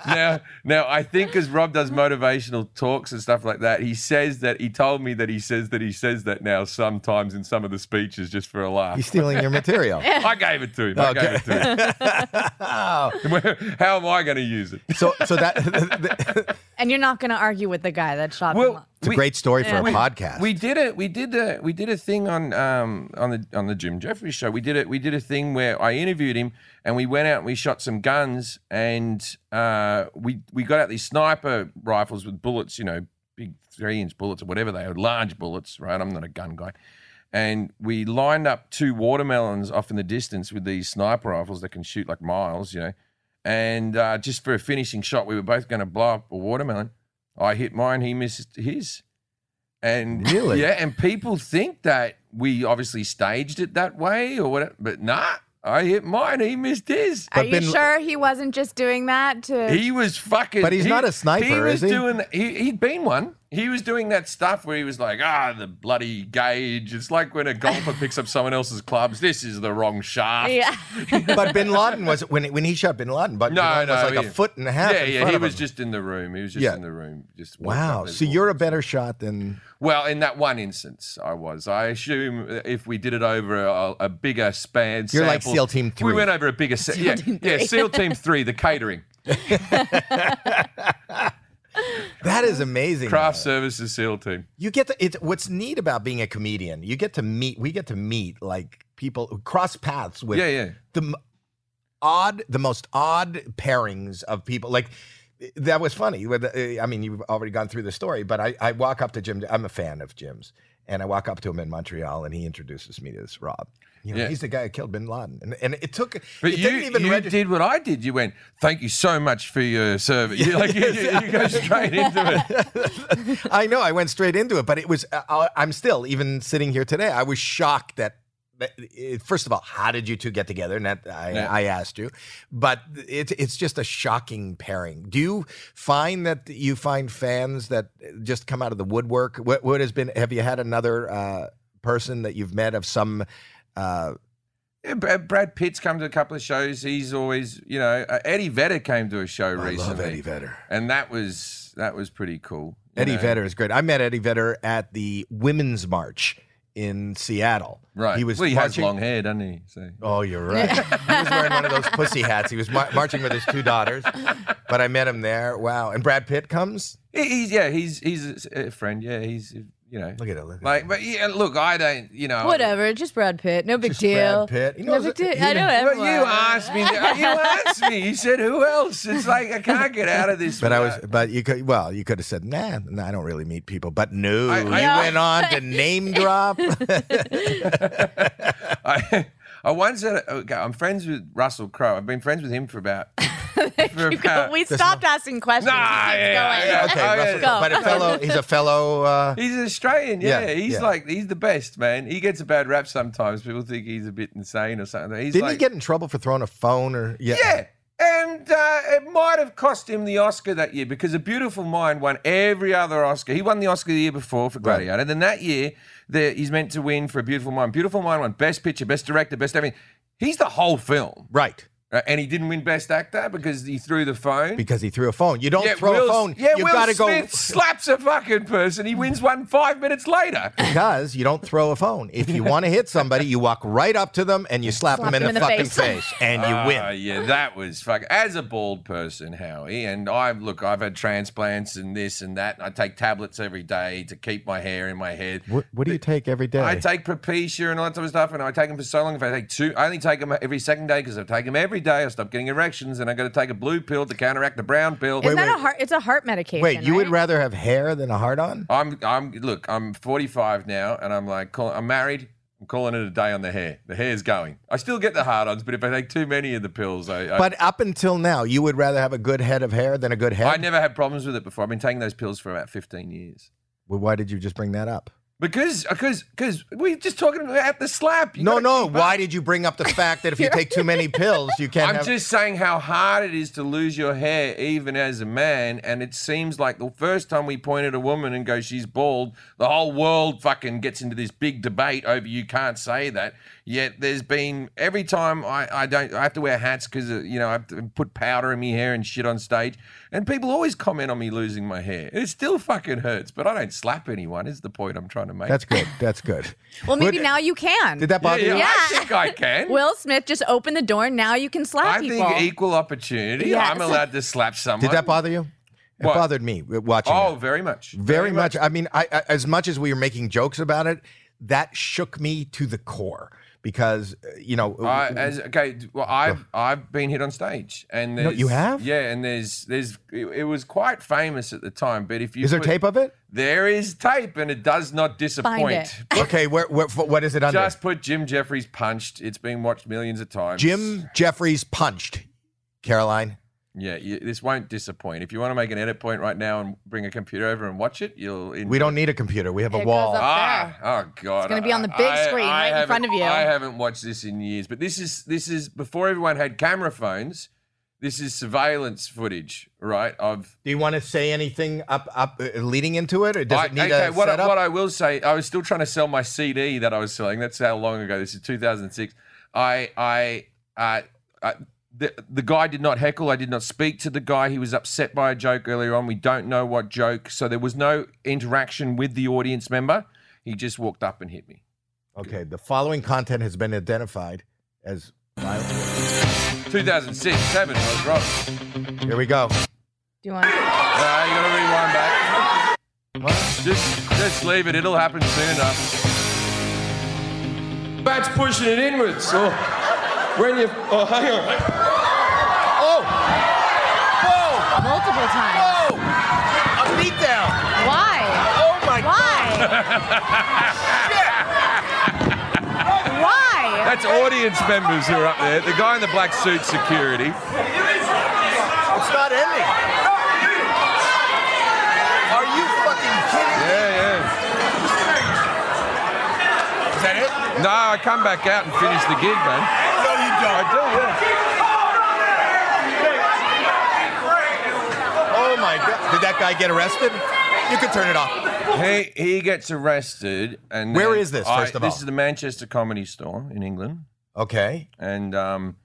[SPEAKER 2] now, now I think as Rob does motivational talks and stuff like that, he says that he told me that he says that he says that now sometimes in some of the speeches just for a
[SPEAKER 1] He's
[SPEAKER 2] laugh.
[SPEAKER 1] stealing your material.
[SPEAKER 2] I gave it to him. I gave it to him.
[SPEAKER 1] Oh.
[SPEAKER 2] How am I going to use it?
[SPEAKER 1] So, so that it's
[SPEAKER 3] And you're not going to argue with the guy that shot him up.
[SPEAKER 1] a great story for a
[SPEAKER 2] we-
[SPEAKER 1] podcast.
[SPEAKER 2] We did it. We did a we did a thing on um on the on the Jim Jeffries show. We did it. We did a thing where I interviewed him and we went out and we shot some guns and uh we we got out these sniper rifles with bullets, you know, big three inch bullets or whatever they are, large bullets. Right? I'm not a gun guy. And we lined up two watermelons off in the distance with these sniper rifles that can shoot like miles, you know. And uh, just for a finishing shot, we were both going to blow up a watermelon. I hit mine, he missed his. And
[SPEAKER 1] Really?
[SPEAKER 2] yeah, and people think that we obviously staged it that way or whatever, but nah, I hit mine, he missed his.
[SPEAKER 1] But
[SPEAKER 3] Are you
[SPEAKER 1] Bin-
[SPEAKER 3] sure he wasn't just doing that to?
[SPEAKER 2] He was fucking.
[SPEAKER 1] But he's
[SPEAKER 2] he-
[SPEAKER 1] not a sniper,
[SPEAKER 2] He was
[SPEAKER 1] is he?
[SPEAKER 2] doing. He, he'd been one. He was doing that stuff where he was like, ah, the bloody gauge. It's like when a golfer picks up someone else's clubs. This is the wrong shaft.
[SPEAKER 3] yeah.
[SPEAKER 1] but Bin Laden was when when he shot Bin Laden, but
[SPEAKER 2] No,
[SPEAKER 1] Bin Laden was
[SPEAKER 2] no,
[SPEAKER 1] like
[SPEAKER 2] he-
[SPEAKER 1] a foot and a half.
[SPEAKER 2] Yeah,
[SPEAKER 1] in
[SPEAKER 2] yeah.
[SPEAKER 1] front
[SPEAKER 2] He
[SPEAKER 1] of
[SPEAKER 2] was
[SPEAKER 1] him.
[SPEAKER 2] just in the room. He was just
[SPEAKER 1] Yeah.
[SPEAKER 2] in the room. Just walked up
[SPEAKER 1] wow.
[SPEAKER 2] and
[SPEAKER 1] So
[SPEAKER 2] walked.
[SPEAKER 1] you're a better shot than
[SPEAKER 2] Well, in that one instance, I was. I assume if we did it over a, a bigger span,
[SPEAKER 1] You're like
[SPEAKER 2] sample-
[SPEAKER 1] SEAL Team
[SPEAKER 2] We
[SPEAKER 1] 3.
[SPEAKER 2] went over a bigger set. Yeah, yeah. SEAL Team Three, the catering,
[SPEAKER 1] that is amazing.
[SPEAKER 2] craft
[SPEAKER 1] though.
[SPEAKER 2] services SEAL Team.
[SPEAKER 1] You get to it's what's neat about being a comedian. You get to meet. We get to meet like people who cross paths with.
[SPEAKER 2] Yeah, yeah.
[SPEAKER 1] The m- odd, the most odd pairings of people like. That was funny. With, uh, I mean, you've already gone through the story, but I, I walk up to Jim. I'm a fan of Jim's, and I walk up to him in Montreal, and he introduces me to this Rob. You know,
[SPEAKER 2] Yeah.
[SPEAKER 1] he's the guy who killed Bin Laden, and, and it took.
[SPEAKER 2] But
[SPEAKER 1] it
[SPEAKER 2] you,
[SPEAKER 1] didn't even
[SPEAKER 2] you
[SPEAKER 1] register.
[SPEAKER 2] did what I did. You went, thank you so much for your service. You, like, you, you- you go straight into it.
[SPEAKER 1] I know. I went straight into it, but it was. Uh, I'm still even sitting here today. I was shocked that. that- it- First of all, how did you two get together? And that I,
[SPEAKER 2] Yeah.
[SPEAKER 1] I asked you, but it's it's just a shocking pairing. Do you find that you find fans that just come out of the woodwork? What, what has been? Have you had another uh, person that you've met of some? Uh,
[SPEAKER 2] Yeah, Bra- Brad Pitt's come to a couple of shows. He's always, you know, uh, Eddie Vedder came to a show recently.
[SPEAKER 1] Vedder.
[SPEAKER 2] And that was that was pretty cool. you
[SPEAKER 1] Eddie
[SPEAKER 2] know.
[SPEAKER 1] Vedder is great. I met Eddie Vedder at the Women's March in Seattle.
[SPEAKER 2] Right.
[SPEAKER 1] He was
[SPEAKER 2] well, he
[SPEAKER 1] marching-
[SPEAKER 2] has long hair, doesn't he? So.
[SPEAKER 1] Oh, you're right. he was wearing one of those pussy hats. He was mar- marching with his two daughters, but I met him there. Wow. And Brad Pitt comes.
[SPEAKER 2] He- He's yeah, he's he's a, a friend. Yeah, he's you know,
[SPEAKER 1] Look at it. Look at
[SPEAKER 2] like, but yeah, look, I don't, you know,
[SPEAKER 3] Whatever, just Brad Pitt. No big
[SPEAKER 1] Just
[SPEAKER 3] deal.
[SPEAKER 1] Brad Pitt. He
[SPEAKER 3] No
[SPEAKER 1] knows
[SPEAKER 3] big
[SPEAKER 1] it.
[SPEAKER 3] deal.
[SPEAKER 1] He
[SPEAKER 3] I know
[SPEAKER 1] knows-
[SPEAKER 2] But
[SPEAKER 3] everyone.
[SPEAKER 2] you asked me. You asked me. You said, "Who else?" It's like I can't get out of this.
[SPEAKER 1] But I was,
[SPEAKER 2] without-
[SPEAKER 1] but you could, well, you could have said, nah, nah, I don't really meet people. But no,
[SPEAKER 2] I- Oh, I-
[SPEAKER 1] you
[SPEAKER 2] No.
[SPEAKER 1] went on to name drop.
[SPEAKER 2] I, I once said, "Okay, I'm friends with Russell Crowe. I've been friends with him for about." for
[SPEAKER 3] Keep going. We stopped asking questions.
[SPEAKER 2] Nah,
[SPEAKER 3] He keeps
[SPEAKER 2] yeah,
[SPEAKER 3] going.
[SPEAKER 2] yeah,
[SPEAKER 1] okay,
[SPEAKER 2] Oh,
[SPEAKER 1] Russell,
[SPEAKER 3] Go.
[SPEAKER 1] but a fellow, he's a fellow. Uh,
[SPEAKER 2] He's Australian, yeah.
[SPEAKER 1] Yeah,
[SPEAKER 2] he's
[SPEAKER 1] yeah.
[SPEAKER 2] like he's the best man. He gets a bad rap sometimes. People think he's a bit insane or something. He's
[SPEAKER 1] didn't
[SPEAKER 2] like,
[SPEAKER 1] he get in trouble for throwing a phone or? Yeah.
[SPEAKER 2] yeah. And uh, it might have cost him the Oscar that year because A Beautiful Mind won every other Oscar. He won the Oscar the year before for Gladiator. Then that year, the, he's meant to win for A Beautiful Mind. Beautiful Mind won Best Picture, Best Director, Best Everything. He's the whole film.
[SPEAKER 1] Right.
[SPEAKER 2] right? And he didn't win Best Actor because he threw the phone.
[SPEAKER 1] Because he threw a phone. You don't
[SPEAKER 2] Yeah,
[SPEAKER 1] throw
[SPEAKER 2] Will-
[SPEAKER 1] a phone.
[SPEAKER 2] Yeah,
[SPEAKER 1] you
[SPEAKER 2] Will
[SPEAKER 1] gotta
[SPEAKER 2] Smith
[SPEAKER 1] go
[SPEAKER 2] slaps a fucking person. He wins one five minutes later.
[SPEAKER 1] because you don't throw a phone. If you want to hit somebody, you walk right up to them and you slap,
[SPEAKER 3] Slap
[SPEAKER 1] them in, the, fucking face, and you
[SPEAKER 2] Ah,
[SPEAKER 1] win.
[SPEAKER 2] yeah, that was fuck. As a bald person, Howie, and I've look, I've had transplants and this and that. And I take tablets every day to keep my hair in my head.
[SPEAKER 1] What, what do you take every day?
[SPEAKER 2] I take Propecia and all that sort of stuff, and I take them for so long. If I take two, I only take them every second day because I take them every day. I stop getting erections, and I got to take a blue pill to counteract the brown pill.
[SPEAKER 3] Isn't that a heart? It's a heart medication.
[SPEAKER 1] Wait, you would
[SPEAKER 3] right?
[SPEAKER 1] rather have hair than a heart on?
[SPEAKER 2] I'm, I'm, look, I'm 45 now, and I'm like, call, I'm married. I'm calling it a day on the hair. The hair's going. I still get the hard-ons, but if I take too many of the pills, I, I
[SPEAKER 1] But up until now, you would rather have a good head of hair than a good head.
[SPEAKER 2] I never had problems with it before. I've been taking those pills for about 15 years.
[SPEAKER 1] Well, why did you just bring that up?
[SPEAKER 2] Because, because, because we're just talking about the slap. You
[SPEAKER 1] no,
[SPEAKER 2] gotta
[SPEAKER 1] no.
[SPEAKER 2] keep
[SPEAKER 1] Why
[SPEAKER 2] up.
[SPEAKER 1] did you bring up the fact that if you take too many pills, you can't
[SPEAKER 2] I'm
[SPEAKER 1] have?
[SPEAKER 2] just saying how hard it is to lose your hair, even as a man. And it seems like the first time we point at a woman and go, she's bald, the whole world fucking gets into this big debate over you can't say that. Yet there's been every time I, I don't, I have to wear hats because, you know, I have to put powder in my hair and shit on stage. And people always comment on me losing my hair. It still fucking hurts, but I don't slap anyone, is the point I'm trying to make.
[SPEAKER 1] That's good. That's good.
[SPEAKER 3] Well, maybe
[SPEAKER 1] Would-
[SPEAKER 3] now you can.
[SPEAKER 1] Did that
[SPEAKER 2] yeah,
[SPEAKER 1] bother
[SPEAKER 2] yeah,
[SPEAKER 1] you?
[SPEAKER 2] I
[SPEAKER 3] Yeah.
[SPEAKER 2] think I can.
[SPEAKER 3] Will Smith just opened the door. Now you can slap
[SPEAKER 2] I
[SPEAKER 3] people.
[SPEAKER 2] think equal opportunity.
[SPEAKER 3] Yes.
[SPEAKER 2] I'm allowed to slap someone.
[SPEAKER 1] Did that bother you? It
[SPEAKER 2] What?
[SPEAKER 1] bothered me watching.
[SPEAKER 2] Oh,
[SPEAKER 1] it.
[SPEAKER 2] very much.
[SPEAKER 1] very much. I mean, I, I as much as we were making jokes about it, that shook me to the core because uh, you know
[SPEAKER 2] I, as okay, d- well, I've I've been hit on stage, and
[SPEAKER 1] No,
[SPEAKER 2] there's,
[SPEAKER 1] you have?
[SPEAKER 2] yeah, and there's there's it, it was quite famous at the time. But if you
[SPEAKER 1] is there
[SPEAKER 2] put-
[SPEAKER 1] tape of it?
[SPEAKER 2] There is tape, and it does not disappoint.
[SPEAKER 3] it.
[SPEAKER 1] Okay, where, where f- what is it under?
[SPEAKER 2] Just put Jim Jeffries punched. It's been watched millions of times.
[SPEAKER 1] Jim Jeffries punched Caroline.
[SPEAKER 2] yeah, you, this won't disappoint. If you want to make an edit point right now and bring a computer over and watch it, you'll.
[SPEAKER 1] We don't need a computer. We have a
[SPEAKER 3] It goes
[SPEAKER 1] wall.
[SPEAKER 3] up-
[SPEAKER 2] Ah, oh god!
[SPEAKER 3] It's gonna be on the
[SPEAKER 2] I-
[SPEAKER 3] big
[SPEAKER 2] I-
[SPEAKER 3] screen
[SPEAKER 2] I
[SPEAKER 3] right in front
[SPEAKER 2] haven't-
[SPEAKER 3] of you.
[SPEAKER 2] I haven't watched this in years, but this is this is before everyone had camera phones. This is surveillance footage, right? Of
[SPEAKER 1] Do you want to say anything up up uh, leading into it, or does
[SPEAKER 2] I-
[SPEAKER 1] it need a
[SPEAKER 2] what, I,
[SPEAKER 1] setup?
[SPEAKER 2] what I will say, I was still trying to sell my CD that I was selling. That's how long ago. This is 2006. I, I, uh, I the, the guy did not heckle. I did not speak to the guy. He was upset by a joke earlier on. We don't know what joke. So there was no interaction with the audience member. He just walked up and hit me.
[SPEAKER 1] okay, the following content has been identified as. violent.
[SPEAKER 2] 2006, 7, I was wrong.
[SPEAKER 1] Here we go.
[SPEAKER 3] Do you want?
[SPEAKER 2] Uh, you gotta rewind back. Just, just leave it, it'll happen soon enough. Bat's pushing it inwards, so when you. Oh, hang on. Oh! Whoa!
[SPEAKER 3] Multiple times.
[SPEAKER 1] A
[SPEAKER 2] Whoa!
[SPEAKER 1] beatdown.
[SPEAKER 3] Why?
[SPEAKER 1] Oh my
[SPEAKER 3] Why? Why?
[SPEAKER 2] That's audience members who are up there. The guy in the black suit, security.
[SPEAKER 1] It's not ending. Are you fucking kidding?
[SPEAKER 2] Yeah, yeah.
[SPEAKER 1] Is that
[SPEAKER 2] No, I come back out and finish the gig, man.
[SPEAKER 1] it? No, you
[SPEAKER 2] I do, yeah.
[SPEAKER 1] Oh my god! Did that guy get arrested? You could turn it off.
[SPEAKER 2] He he gets arrested, and
[SPEAKER 1] Where
[SPEAKER 2] then
[SPEAKER 1] is this,
[SPEAKER 2] I-
[SPEAKER 1] first of all?
[SPEAKER 2] This is the Manchester Comedy Store in England.
[SPEAKER 1] Okay.
[SPEAKER 2] and um,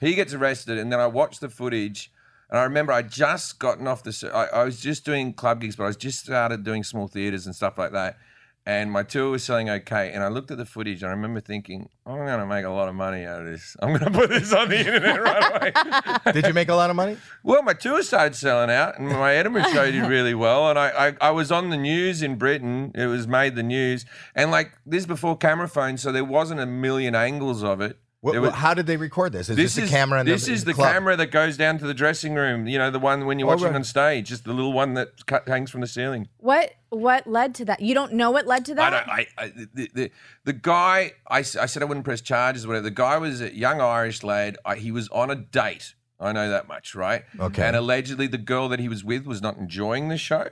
[SPEAKER 2] he gets arrested. And then I watched the footage, and I remember I just gotten off the. I, I was just doing club gigs, but I was just started doing small theaters and stuff like that. and my tour was selling okay. And I looked at the footage and I remember thinking, I'm going to make a lot of money out of this. I'm going to put this on the internet right away.
[SPEAKER 1] Did you make a lot of money?
[SPEAKER 2] Well, my tour started selling out, and my Edinburgh show did really well. And I, I, I was on the news in Britain. It was made the news, and like this is before camera phones, so there wasn't a million angles of it.
[SPEAKER 1] Wh-
[SPEAKER 2] There
[SPEAKER 1] wh-
[SPEAKER 2] was-
[SPEAKER 1] how did they record this? Is this, the
[SPEAKER 2] is-
[SPEAKER 1] camera? In
[SPEAKER 2] this
[SPEAKER 1] the,
[SPEAKER 2] is the
[SPEAKER 1] club?
[SPEAKER 2] camera that goes down to the dressing room. You know, the one when you're
[SPEAKER 1] Oh,
[SPEAKER 2] watching
[SPEAKER 1] right.
[SPEAKER 2] on stage, just the little one that cut, hangs from the ceiling.
[SPEAKER 3] What what led to that? You don't know what led to that?
[SPEAKER 2] I don't. I, I the, the the guy. I, s- I said I wouldn't press charges or whatever. The guy was a young Irish lad. I, he was on a date. I know that much, right?
[SPEAKER 1] Okay.
[SPEAKER 2] And allegedly, the girl that he was with was not enjoying the show.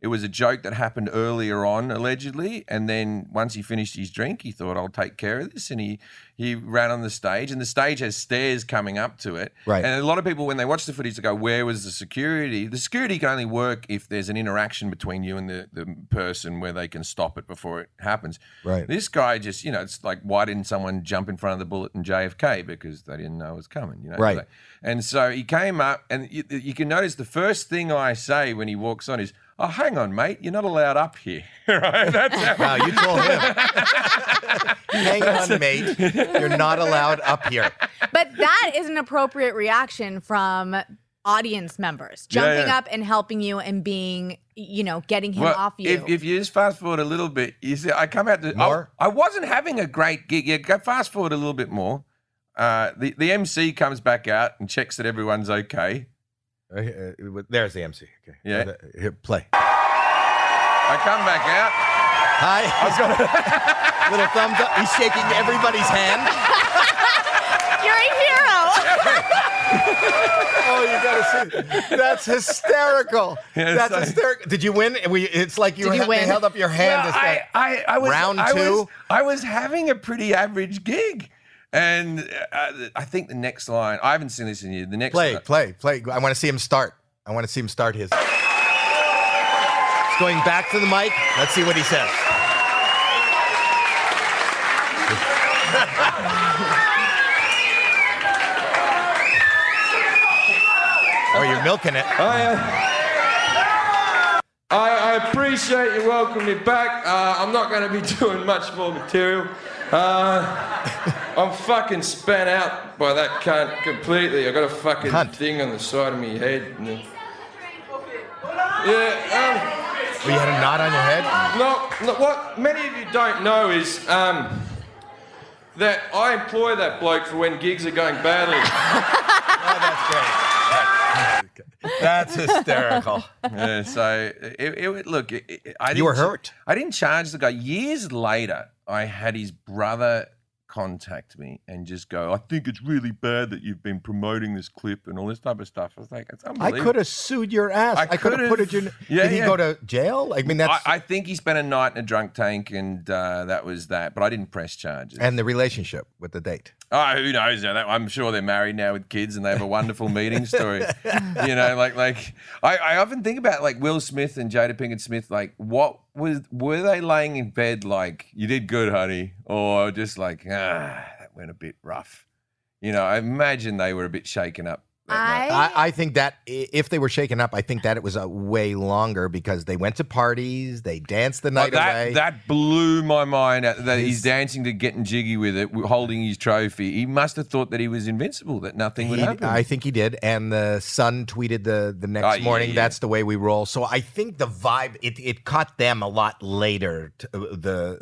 [SPEAKER 2] It was a joke that happened earlier on, allegedly. And then once he finished his drink, he thought, "I'll take care of this," and he he ran on the stage. And the stage has stairs coming up to it.
[SPEAKER 1] Right.
[SPEAKER 2] And a lot of people, when they watch the footage, they go, "Where was the security?" The security can only work if there's an interaction between you and the the person where they can stop it before it happens.
[SPEAKER 1] Right.
[SPEAKER 2] This guy just, you know, it's like, why didn't someone jump in front of the bullet in JFK? Because they didn't know it was coming, you know?
[SPEAKER 1] Right.
[SPEAKER 2] So- and so he came up, and you, you can notice the first thing I say when he walks on is, oh, hang on, mate, you're not allowed up here. right? That's how,
[SPEAKER 1] Wow, you told him. Hang on, mate. You're not allowed up here.
[SPEAKER 3] But that is an appropriate reaction from audience members
[SPEAKER 2] Yeah,
[SPEAKER 3] jumping
[SPEAKER 2] yeah.
[SPEAKER 3] up and helping you and being, you know, getting him
[SPEAKER 2] well,
[SPEAKER 3] off you.
[SPEAKER 2] If, if you just fast forward a little bit, you see, I come out to, I,
[SPEAKER 1] More?
[SPEAKER 2] I wasn't having a great gig. Yeah, go fast forward a little bit more. Uh, the, the MC comes back out and checks that everyone's okay.
[SPEAKER 1] Uh, uh, There's the MC. Okay.
[SPEAKER 2] Yeah.
[SPEAKER 1] Uh, Here, play.
[SPEAKER 2] I come back out.
[SPEAKER 1] Hi. He's got a little thumbs up. He's shaking everybody's hand.
[SPEAKER 3] You're a hero.
[SPEAKER 1] Oh, you gotta see. That's hysterical.
[SPEAKER 2] Yeah,
[SPEAKER 1] That's
[SPEAKER 2] sorry.
[SPEAKER 1] hysterical. Did you win? We, it's like you,
[SPEAKER 3] Did you
[SPEAKER 1] ha-
[SPEAKER 3] win?
[SPEAKER 1] held up your hand.
[SPEAKER 2] Well,
[SPEAKER 1] to say-
[SPEAKER 2] I, I, I was,
[SPEAKER 1] Round
[SPEAKER 2] I
[SPEAKER 1] two?
[SPEAKER 2] Was, I was having a pretty average gig, and uh, I think the next line. I haven't seen this in you. The next
[SPEAKER 1] play,
[SPEAKER 2] line-
[SPEAKER 1] play, play. I want to see him start. I want to see him start his. It's going back to the mic. Let's see what he says. Oh, you're milking it.
[SPEAKER 5] I, uh, I, I appreciate you welcoming me back. Uh, I'm not going to be doing much more material. Uh, I'm fucking spent out by that cunt completely. I got a fucking
[SPEAKER 1] Cunt.
[SPEAKER 5] thing on the side of my head. And then- yeah. Um,
[SPEAKER 1] Oh, you had a knot on your head?
[SPEAKER 5] no, no, what many of you don't know is um, that I employ that bloke for when gigs are going badly.
[SPEAKER 1] Oh, that's great. That's hysterical.
[SPEAKER 2] Uh, so it, it look. It, it- I
[SPEAKER 1] You were
[SPEAKER 2] didn't-
[SPEAKER 1] hurt.
[SPEAKER 2] I didn't charge the guy. Years later, I had his brother contact me and just go, "I think it's really bad that you've been promoting this clip and all this type of stuff." I was like, "It's
[SPEAKER 1] I
[SPEAKER 2] unbelievable."
[SPEAKER 1] could have sued your ass.
[SPEAKER 2] I
[SPEAKER 1] I could have
[SPEAKER 2] could've-
[SPEAKER 1] put it in.
[SPEAKER 2] Yeah,
[SPEAKER 1] Did he
[SPEAKER 2] yeah.
[SPEAKER 1] go to jail? I mean,
[SPEAKER 2] I,
[SPEAKER 1] that's.
[SPEAKER 2] I think he spent a night in a drunk tank, and uh, that was that. But I didn't press charges.
[SPEAKER 1] and the relationship with the date.
[SPEAKER 2] Oh, who knows? Now that I'm sure they're married now with kids, and they have a wonderful meeting story. You know, like like I, I often think about like Will Smith and Jada Pinkett Smith. Like, what was were they laying in bed like? You did good, honey, or just like ah, that went a bit rough. You know, I imagine they were a bit shaken up. that night.
[SPEAKER 3] I,
[SPEAKER 1] I, I think that i- if they were shaken up, I think that it was a way longer because they went to parties, they danced the
[SPEAKER 2] Like,
[SPEAKER 1] night
[SPEAKER 2] that
[SPEAKER 1] away.
[SPEAKER 2] that blew my mind out that
[SPEAKER 1] He's-
[SPEAKER 2] he's dancing to getting jiggy with it, holding his trophy. He must have thought that he was invincible, that nothing would
[SPEAKER 1] He-
[SPEAKER 2] happen.
[SPEAKER 1] I think he did, and the son tweeted the the next
[SPEAKER 2] Oh, yeah,
[SPEAKER 1] morning.
[SPEAKER 2] yeah.
[SPEAKER 1] That's the way we roll. So I think the vibe it, it caught them a lot later. To, the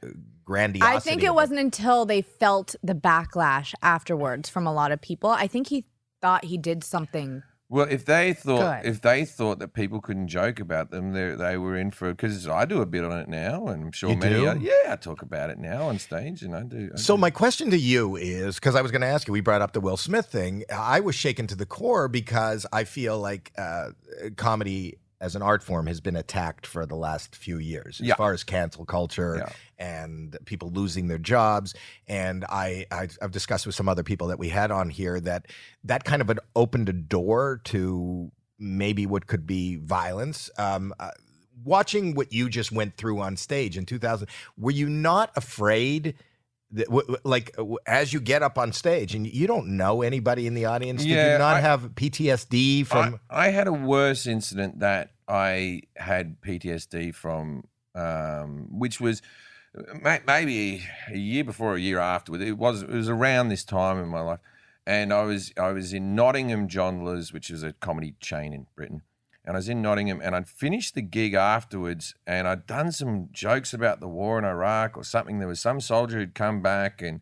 [SPEAKER 1] the grandiosity.
[SPEAKER 3] I think
[SPEAKER 1] of
[SPEAKER 3] it wasn't until they felt the backlash afterwards from a lot of people. I think he thought he did something.
[SPEAKER 2] Well, if they thought
[SPEAKER 3] Good.
[SPEAKER 2] if they thought that people couldn't joke about them, they they were in for because I do a bit on it now, and I'm sure
[SPEAKER 1] You
[SPEAKER 2] many.
[SPEAKER 1] do?
[SPEAKER 2] oth- yeah, I talk about it now on stage, and I do. I
[SPEAKER 1] So
[SPEAKER 2] do.
[SPEAKER 1] my question to you is because I was going to ask you, we brought up the Will Smith thing. I was shaken to the core because I feel like uh, comedy as an art form has been attacked for the last few years as
[SPEAKER 2] Yeah.
[SPEAKER 1] far as cancel culture
[SPEAKER 2] Yeah.
[SPEAKER 1] and people losing their jobs and I, I I've discussed with some other people that we had on here that that kind of an opened a door to maybe what could be violence um, uh, watching what you just went through on stage in 2000 were you not afraid that, w- w- like uh, w- as you get up on stage and you don't know anybody in the audience did
[SPEAKER 2] Yeah,
[SPEAKER 1] you not
[SPEAKER 2] I-
[SPEAKER 1] have ptsd from
[SPEAKER 2] I, I had a worse incident that I had PTSD from. um, which was may- maybe a year before, or a year afterward. It was it was around this time in my life, and I was I was in Nottingham Jondlers, which is a comedy chain in Britain, and I was in Nottingham, and I'd finished the gig afterwards, and I'd done some jokes about the war in Iraq or something. There was some soldier who'd come back, and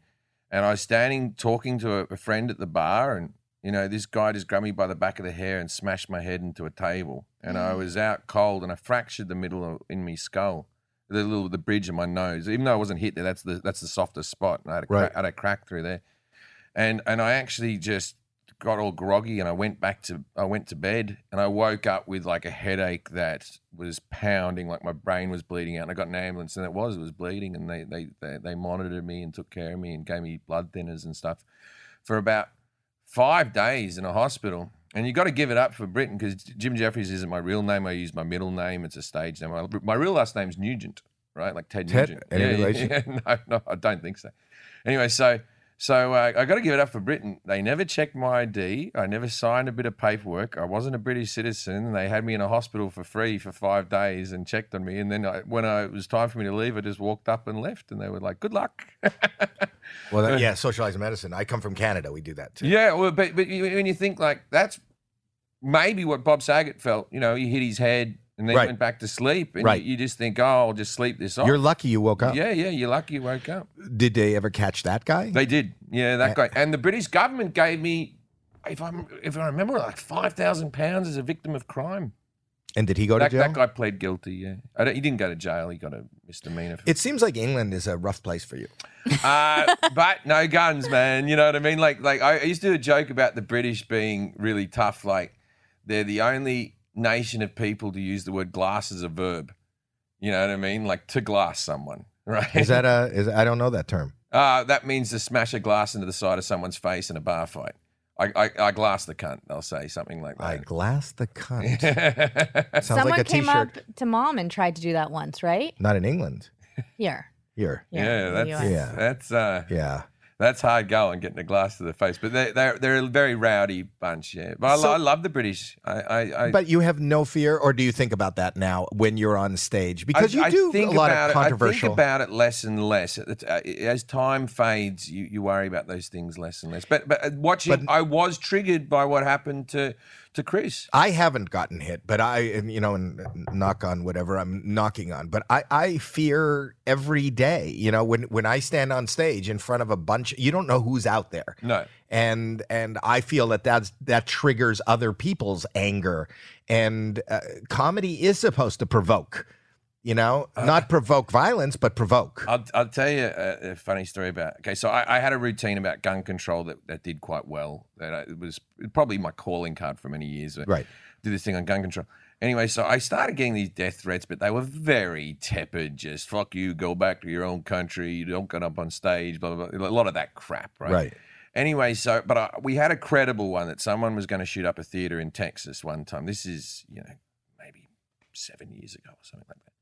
[SPEAKER 2] and I was standing talking to a, a friend at the bar, and you know, this guy just grabbed me by the back of the hair and smashed my head into a table. And I was out cold and I fractured the middle of, in me skull, the little the bridge of my nose. Even though I wasn't hit there, that's the that's the softest spot. And I had a,
[SPEAKER 1] Right.
[SPEAKER 2] cra- I had a crack through there. And and I actually just got all groggy and I went back to I went to bed and I woke up with like a headache that was pounding, like my brain was bleeding out. And I got an ambulance and it was, it was bleeding and they they they, they monitored me and took care of me and gave me blood thinners and stuff for about five days in a hospital. And you got to give it up for Britain because Jim Jeffries isn't my real name. I use my middle name. It's a stage name. My, my real last name's Nugent, right? Like Ted,
[SPEAKER 1] Ted?
[SPEAKER 2] Nugent.
[SPEAKER 1] Any relation?
[SPEAKER 2] yeah. no, no, I don't think so. Anyway, so so uh, I got to give it up for Britain. They never checked my ID. I never signed a bit of paperwork. I wasn't a British citizen. They had me in a hospital for free for five days and checked on me. And then I, when I, it was time for me to leave, I just walked up and left. And they were like, "Good luck."
[SPEAKER 1] Well, that- yeah, socialized medicine. I come from Canada. We do that too.
[SPEAKER 2] Yeah, well, but but you- when you think like that's maybe what Bob Saget felt. You know, he hit his head and then
[SPEAKER 1] Right.
[SPEAKER 2] went back to sleep, and
[SPEAKER 1] Right.
[SPEAKER 2] you, you just think, oh, I'll just sleep this off.
[SPEAKER 1] You're lucky you woke up.
[SPEAKER 2] yeah, yeah, you're lucky you woke up.
[SPEAKER 1] Did they ever catch that guy?
[SPEAKER 2] They did, yeah, that guy. And the British government gave me, if I am if I remember, like five thousand pounds as a victim of crime.
[SPEAKER 1] and did he go
[SPEAKER 2] That,
[SPEAKER 1] to jail?
[SPEAKER 2] that guy pled guilty. Yeah, I don't, he didn't go to jail. He got a misdemeanor. For,
[SPEAKER 1] It seems like England is a rough place for you.
[SPEAKER 2] uh, but no guns, man. You know what I mean? Like, like I I used to do a joke about the British being really tough. Like, they're the only nation of people to use the word glass as a verb. You know what I mean? Like to glass someone, right?
[SPEAKER 1] Is that a? Is I don't know that term.
[SPEAKER 2] uh, that means to smash a glass into the side of someone's face in a bar fight. I, I, I glass the cunt. They'll say something like
[SPEAKER 1] I
[SPEAKER 2] that.
[SPEAKER 1] glass the cunt.
[SPEAKER 2] yeah,
[SPEAKER 1] Sounds
[SPEAKER 3] Someone
[SPEAKER 1] like a
[SPEAKER 3] came
[SPEAKER 1] t-shirt.
[SPEAKER 3] up to mom and tried to do that once, right?
[SPEAKER 1] Not in England.
[SPEAKER 3] Here.
[SPEAKER 1] Here.
[SPEAKER 3] in the
[SPEAKER 2] that's
[SPEAKER 3] US.
[SPEAKER 1] Yeah.
[SPEAKER 2] that's uh,
[SPEAKER 1] Yeah.
[SPEAKER 2] That's hard going, getting a glass to the face. But they're they're, they're a very rowdy bunch, yeah. But I, lo-
[SPEAKER 1] So-
[SPEAKER 2] I love the British. I I, I,
[SPEAKER 1] But you have no fear, or do you think about that now when you're on stage?
[SPEAKER 2] I-
[SPEAKER 1] Because you
[SPEAKER 2] I
[SPEAKER 1] do
[SPEAKER 2] think
[SPEAKER 1] a lot
[SPEAKER 2] about
[SPEAKER 1] of
[SPEAKER 2] It, I think
[SPEAKER 1] controversial.
[SPEAKER 2] about it less and less. It- it- As time fades, you, you worry about those things less and less. But but watching,
[SPEAKER 1] But-
[SPEAKER 2] I was triggered by what happened to to Chris.
[SPEAKER 1] I haven't gotten hit, but I, and, you know, and knock on whatever I'm knocking on, but I, I fear every day. You know, when when I stand on stage in front of a bunch, you don't know who's out there.
[SPEAKER 2] No,
[SPEAKER 1] and and I feel that that's that triggers other people's anger, and uh, comedy is supposed to provoke, you know,
[SPEAKER 2] Uh,
[SPEAKER 1] not provoke violence, but provoke.
[SPEAKER 2] I'll, I'll tell you a, a funny story about. Okay, so I, I had a routine about gun control that, that did quite well. That I, it was probably my calling card for many years.
[SPEAKER 1] Right.
[SPEAKER 2] Do this thing on gun control. Anyway, so I started getting these death threats, but they were very tepid. Just fuck you, go back to your own country. You don't get up on stage. Blah blah. blah. A lot of that crap, right?
[SPEAKER 1] Right.
[SPEAKER 2] Anyway, so but I, we had a credible one that someone was going to shoot up a theater in Texas one time. This is you know maybe seven years ago or something like that.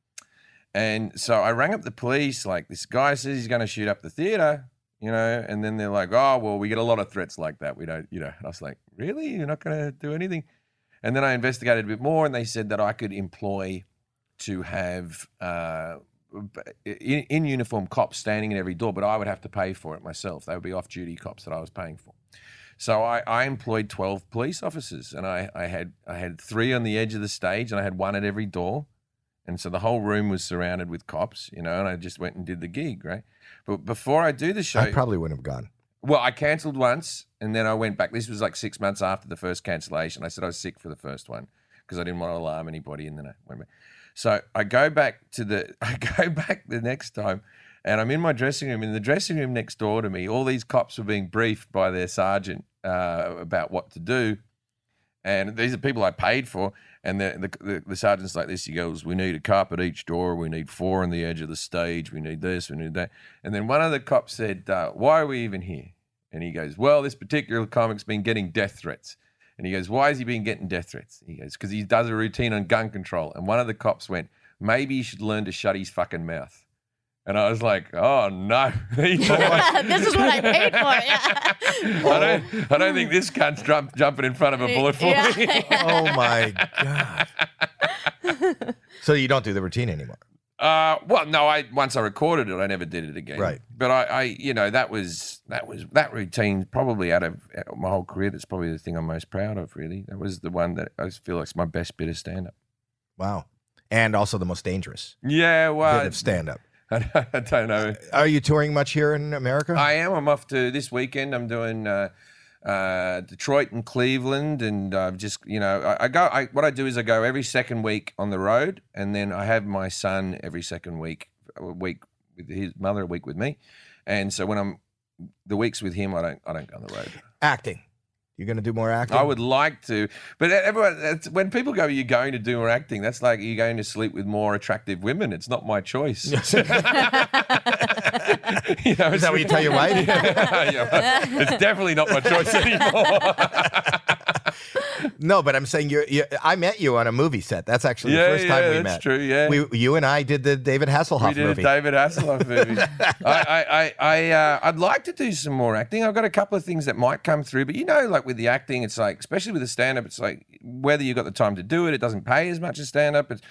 [SPEAKER 2] And so I rang up the police, like, this guy says he's going to shoot up the theater, you know, and then they're like, oh, well, we get a lot of threats like that. We don't, you know. And I was like, really? You're not going to do anything? And then I investigated a bit more, and they said that I could employ to have uh, in, in uniform cops standing at every door, but I would have to pay for it myself. They would be off duty cops that I was paying for. So I, I employed 12 police officers, and I, I, had, I had three on the edge of the stage, and I had one at every door. And so the whole room was surrounded with cops, you know, and I just went and did the gig, right? But before I do the show,
[SPEAKER 1] I probably wouldn't have gone.
[SPEAKER 2] well, I cancelled once and then I went back. This was like six months after the first cancellation. I said I was sick for the first one because I didn't want to alarm anybody and then I went back. So I go back to the I go back the next time and I'm in my dressing room. In the dressing room next door to me, all these cops were being briefed by their sergeant uh, about what to do. And these are people I paid for. And the, the, the, the sergeant's like this. He goes, We need a cop at each door. We need four on the edge of the stage. We need this. We need that. And then one of the cops said, uh, Why are we even here? And he goes, Well, this particular comic's been getting death threats. And he goes, Why has he been getting death threats? He goes, Because he does a routine on gun control. And one of the cops went, Maybe you should learn to shut his fucking mouth. And I was like, Oh, no.
[SPEAKER 3] this is what I paid for. Yeah.
[SPEAKER 2] I don't, I don't think this cunt's jump, jumping in front of a bullet for me.
[SPEAKER 3] Yeah.
[SPEAKER 1] Oh my god! so you don't do the routine anymore.
[SPEAKER 2] Uh, well, no, I once I recorded it, I never did it again.
[SPEAKER 1] Right.
[SPEAKER 2] But I, I, you know, that was that was that routine probably out of out of my whole career. That's probably the thing I'm most proud of. Really, that was the one that I feel like's my best bit of stand up.
[SPEAKER 1] Wow. And also the most dangerous
[SPEAKER 2] Yeah,
[SPEAKER 1] bit
[SPEAKER 2] well,
[SPEAKER 1] of stand up.
[SPEAKER 2] I, don't know.
[SPEAKER 1] Are you touring much here in America?
[SPEAKER 2] I am. I'm off to this weekend. I'm doing. Uh, uh, Detroit and Cleveland, and I've just you know I, I go. I, what I do is I go every second week on the road, and then I have my son every second week, a week with his mother, a week with me, and so when I'm the weeks with him, I don't I don't go on the road.
[SPEAKER 1] acting. You're going to do more acting?
[SPEAKER 2] I would like to, but e, everyone that's, when people go, "You're going to do more acting," that's like you're going to sleep with more attractive women. It's not my choice. you know,
[SPEAKER 1] Is that what you tell your wife?
[SPEAKER 2] yeah, yeah. it's definitely not my choice anymore.
[SPEAKER 1] No, but I'm saying you're, you I met you on a movie set. That's actually
[SPEAKER 2] Yeah,
[SPEAKER 1] the first time
[SPEAKER 2] yeah,
[SPEAKER 1] we
[SPEAKER 2] that's
[SPEAKER 1] met.
[SPEAKER 2] true, yeah.
[SPEAKER 1] We, you and I did the David Hasselhoff
[SPEAKER 2] we did
[SPEAKER 1] movie.
[SPEAKER 2] a David Hasselhoff movie. I, I, I, I uh, I'd like to do some more acting. I've got a couple of things that might come through, but you know, like with the acting, it's like, especially with the stand up, it's like whether you've got the time to do it, it doesn't pay as much as stand up. It's,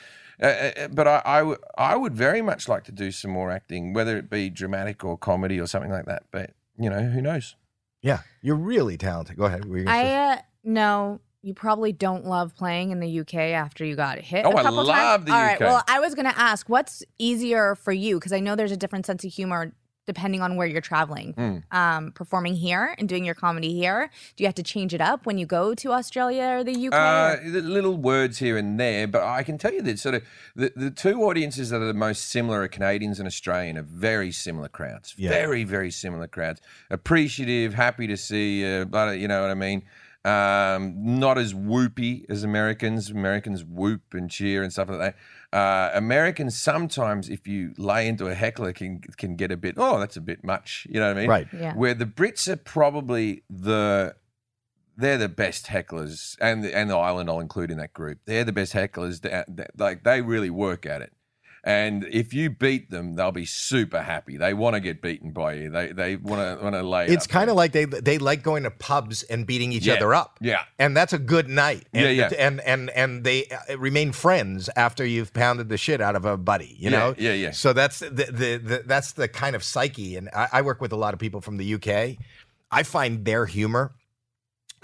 [SPEAKER 2] uh, uh, but I, I, w- I would very much like to do some more acting, whether it be dramatic or comedy or something like that. But you know, who knows?
[SPEAKER 1] yeah, you're really talented. Go ahead. Were you gonna
[SPEAKER 3] I
[SPEAKER 1] say-
[SPEAKER 3] uh, know you probably don't love playing in the UK after you got hit.
[SPEAKER 2] Oh,
[SPEAKER 3] a
[SPEAKER 2] I
[SPEAKER 3] couple
[SPEAKER 2] love
[SPEAKER 3] times.
[SPEAKER 2] the
[SPEAKER 3] All right.
[SPEAKER 2] UK.
[SPEAKER 3] Well, I was gonna ask, what's easier for you? Because I know there's a different sense of humor depending on where you're traveling.
[SPEAKER 2] Mm.
[SPEAKER 1] Hmm.
[SPEAKER 3] Um, performing here and doing your comedy here, do you have to change it up when you go to Australia or the UK?
[SPEAKER 2] Uh,
[SPEAKER 3] or-
[SPEAKER 2] the little words here and there, but I can tell you that sort of the, the two audiences that are the most similar are Canadians and Australian are very similar crowds.
[SPEAKER 1] Yeah.
[SPEAKER 2] Very, very similar crowds. Appreciative, happy to see, uh, but you know what I mean. Um, not as whoopy as Americans. Americans whoop and cheer and stuff like that. Uh, Americans sometimes, if you lay into a heckler, can can get a bit. Oh, that's a bit much. You know what I mean?
[SPEAKER 1] Right.
[SPEAKER 3] yeah.
[SPEAKER 2] Where the Brits are probably the they're the best hecklers, and the, and the island I'll include in that group. They're the best hecklers. Th- th- Like they really work at it. And if you beat them, they'll be super happy. They want to get beaten by you. They they want to want to lay.
[SPEAKER 1] It's kind of like they they like going to pubs and beating each
[SPEAKER 2] Yeah.
[SPEAKER 1] other up.
[SPEAKER 2] yeah.
[SPEAKER 1] And that's a good night. And,
[SPEAKER 2] Yeah, yeah.
[SPEAKER 1] And and and they uh, remain friends after you've pounded the shit out of a buddy. You
[SPEAKER 2] Yeah,
[SPEAKER 1] know.
[SPEAKER 2] yeah, yeah.
[SPEAKER 1] So that's the, the, the that's the kind of psyche. And I, I work with a lot of people from the UK. I find their humor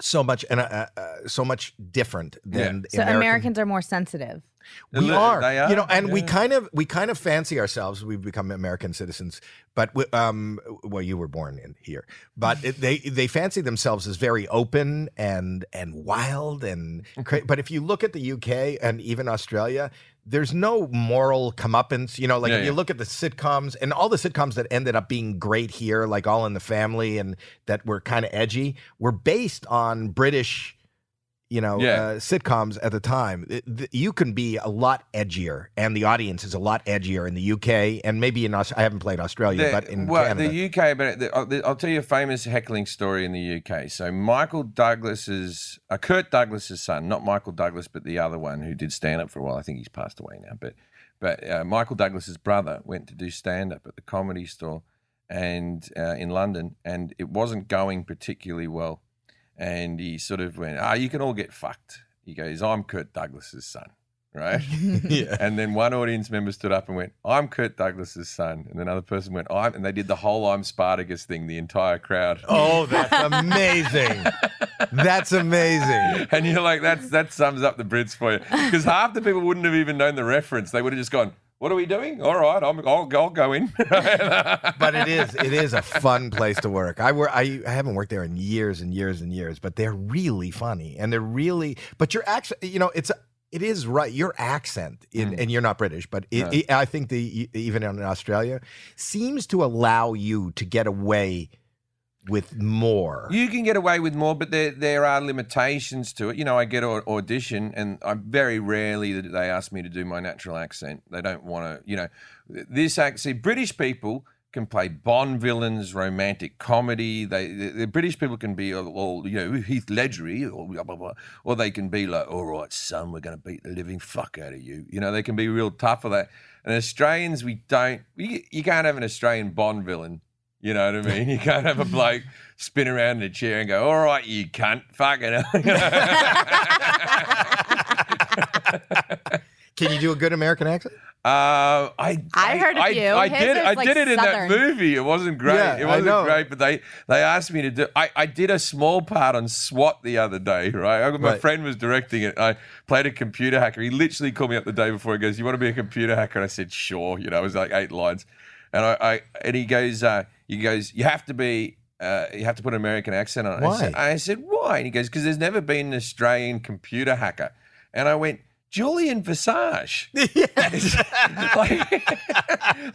[SPEAKER 1] so much and uh, uh, so much different than
[SPEAKER 3] so
[SPEAKER 1] American-
[SPEAKER 3] Americans are more sensitive.
[SPEAKER 1] we
[SPEAKER 2] They
[SPEAKER 1] are,
[SPEAKER 2] are,
[SPEAKER 1] you know, and we
[SPEAKER 2] yeah.
[SPEAKER 1] kind of we kind of fancy ourselves. We've become American citizens, but we, um, well, you were born in here, but it, they they fancy themselves as very open and and wild and. Cra- but if you look at the UK and even Australia, there's no moral comeuppance. You know, like
[SPEAKER 2] Yeah,
[SPEAKER 1] if
[SPEAKER 2] yeah.
[SPEAKER 1] you look at the sitcoms and all the sitcoms that ended up being great here, like All in the Family, and that were kind of edgy, were based on British you know,
[SPEAKER 2] Yeah.
[SPEAKER 1] uh, sitcoms at the time, th- th- you can be a lot edgier, and the audience is a lot edgier in the UK and maybe in Aus- I haven't played Australia,
[SPEAKER 2] The-
[SPEAKER 1] but in
[SPEAKER 2] well,
[SPEAKER 1] Canada.
[SPEAKER 2] the UK, but the, I'll- the, I'll tell you a famous heckling story in the UK. So Michael Douglas's, uh, Kurt Douglas's son, not Michael Douglas, but the other one who did stand up for a while. I think he's passed away now, but but uh, Michael Douglas's brother went to do stand up at the Comedy Store and uh, in London, and it wasn't going particularly well. And he sort of went, "Ah, you can all get fucked." He goes, "I'm Kurt Douglas's son." Right,
[SPEAKER 1] yeah.
[SPEAKER 2] and then one audience member stood up and went, "I'm Kurt Douglas's son," and another person went, "I'm," and they did the whole "I'm Spartacus" thing, the entire crowd.
[SPEAKER 1] Oh, that's amazing. that's amazing.
[SPEAKER 2] And you're like, "That's that sums up the Brits for you," because half the people wouldn't have even known the reference. They would have just gone, "What are we doing? All right, I'm, I'll, go- I'll go in."
[SPEAKER 1] But it is it is a fun place to work. I wor- I, I haven't worked there in years and years and years, but they're really funny and they're really. But you're actually, you know, it's it is right. Your accent,
[SPEAKER 2] Mm.
[SPEAKER 1] in, and you're not British, but it,
[SPEAKER 2] No.
[SPEAKER 1] it- I think the e, even in Australia seems to allow you to get away with more.
[SPEAKER 2] You can get away with more, but there there are limitations to it. You know, I get an audition, and I very rarely that they ask me to do my natural accent. They don't want to. You know, this accent. British people can play Bond villains, romantic comedy. They the, the British people can be all, all, you know Heath Ledgery or blah blah blah, or they can be like, all right, son, we're going to beat the living fuck out of you. You know, they can be real tough for that. And Australians, we don't. You, you can't have an Australian Bond villain. You know what I mean? You can't have a bloke spin around in a chair and go, "All right, you cunt, fucking." hell."
[SPEAKER 1] Can you do a good American accent?
[SPEAKER 2] Uh, I,
[SPEAKER 3] I heard of
[SPEAKER 2] I,
[SPEAKER 3] you.
[SPEAKER 2] I
[SPEAKER 3] His
[SPEAKER 2] did.
[SPEAKER 3] is,
[SPEAKER 2] I
[SPEAKER 3] like,
[SPEAKER 2] did it in that
[SPEAKER 3] Southern.
[SPEAKER 2] movie. It wasn't great.
[SPEAKER 1] Yeah,
[SPEAKER 2] it
[SPEAKER 1] I
[SPEAKER 2] wasn't
[SPEAKER 1] know.
[SPEAKER 2] great. But they they asked me to do. I, I did a small part on SWAT the other day. Right. I, my
[SPEAKER 1] Right.
[SPEAKER 2] friend was directing it. I played a computer hacker. He literally called me up the day before. He goes, "You want to be a computer hacker?" And I said, "Sure." You know, it was like eight lines, and I, I and he goes, uh, he goes, "You have to be." Uh, you have to put an American accent on it. I
[SPEAKER 1] Why?
[SPEAKER 2] said, I said, why? And he goes, because there's never been an Australian computer hacker. And I went, Julian Visage. like,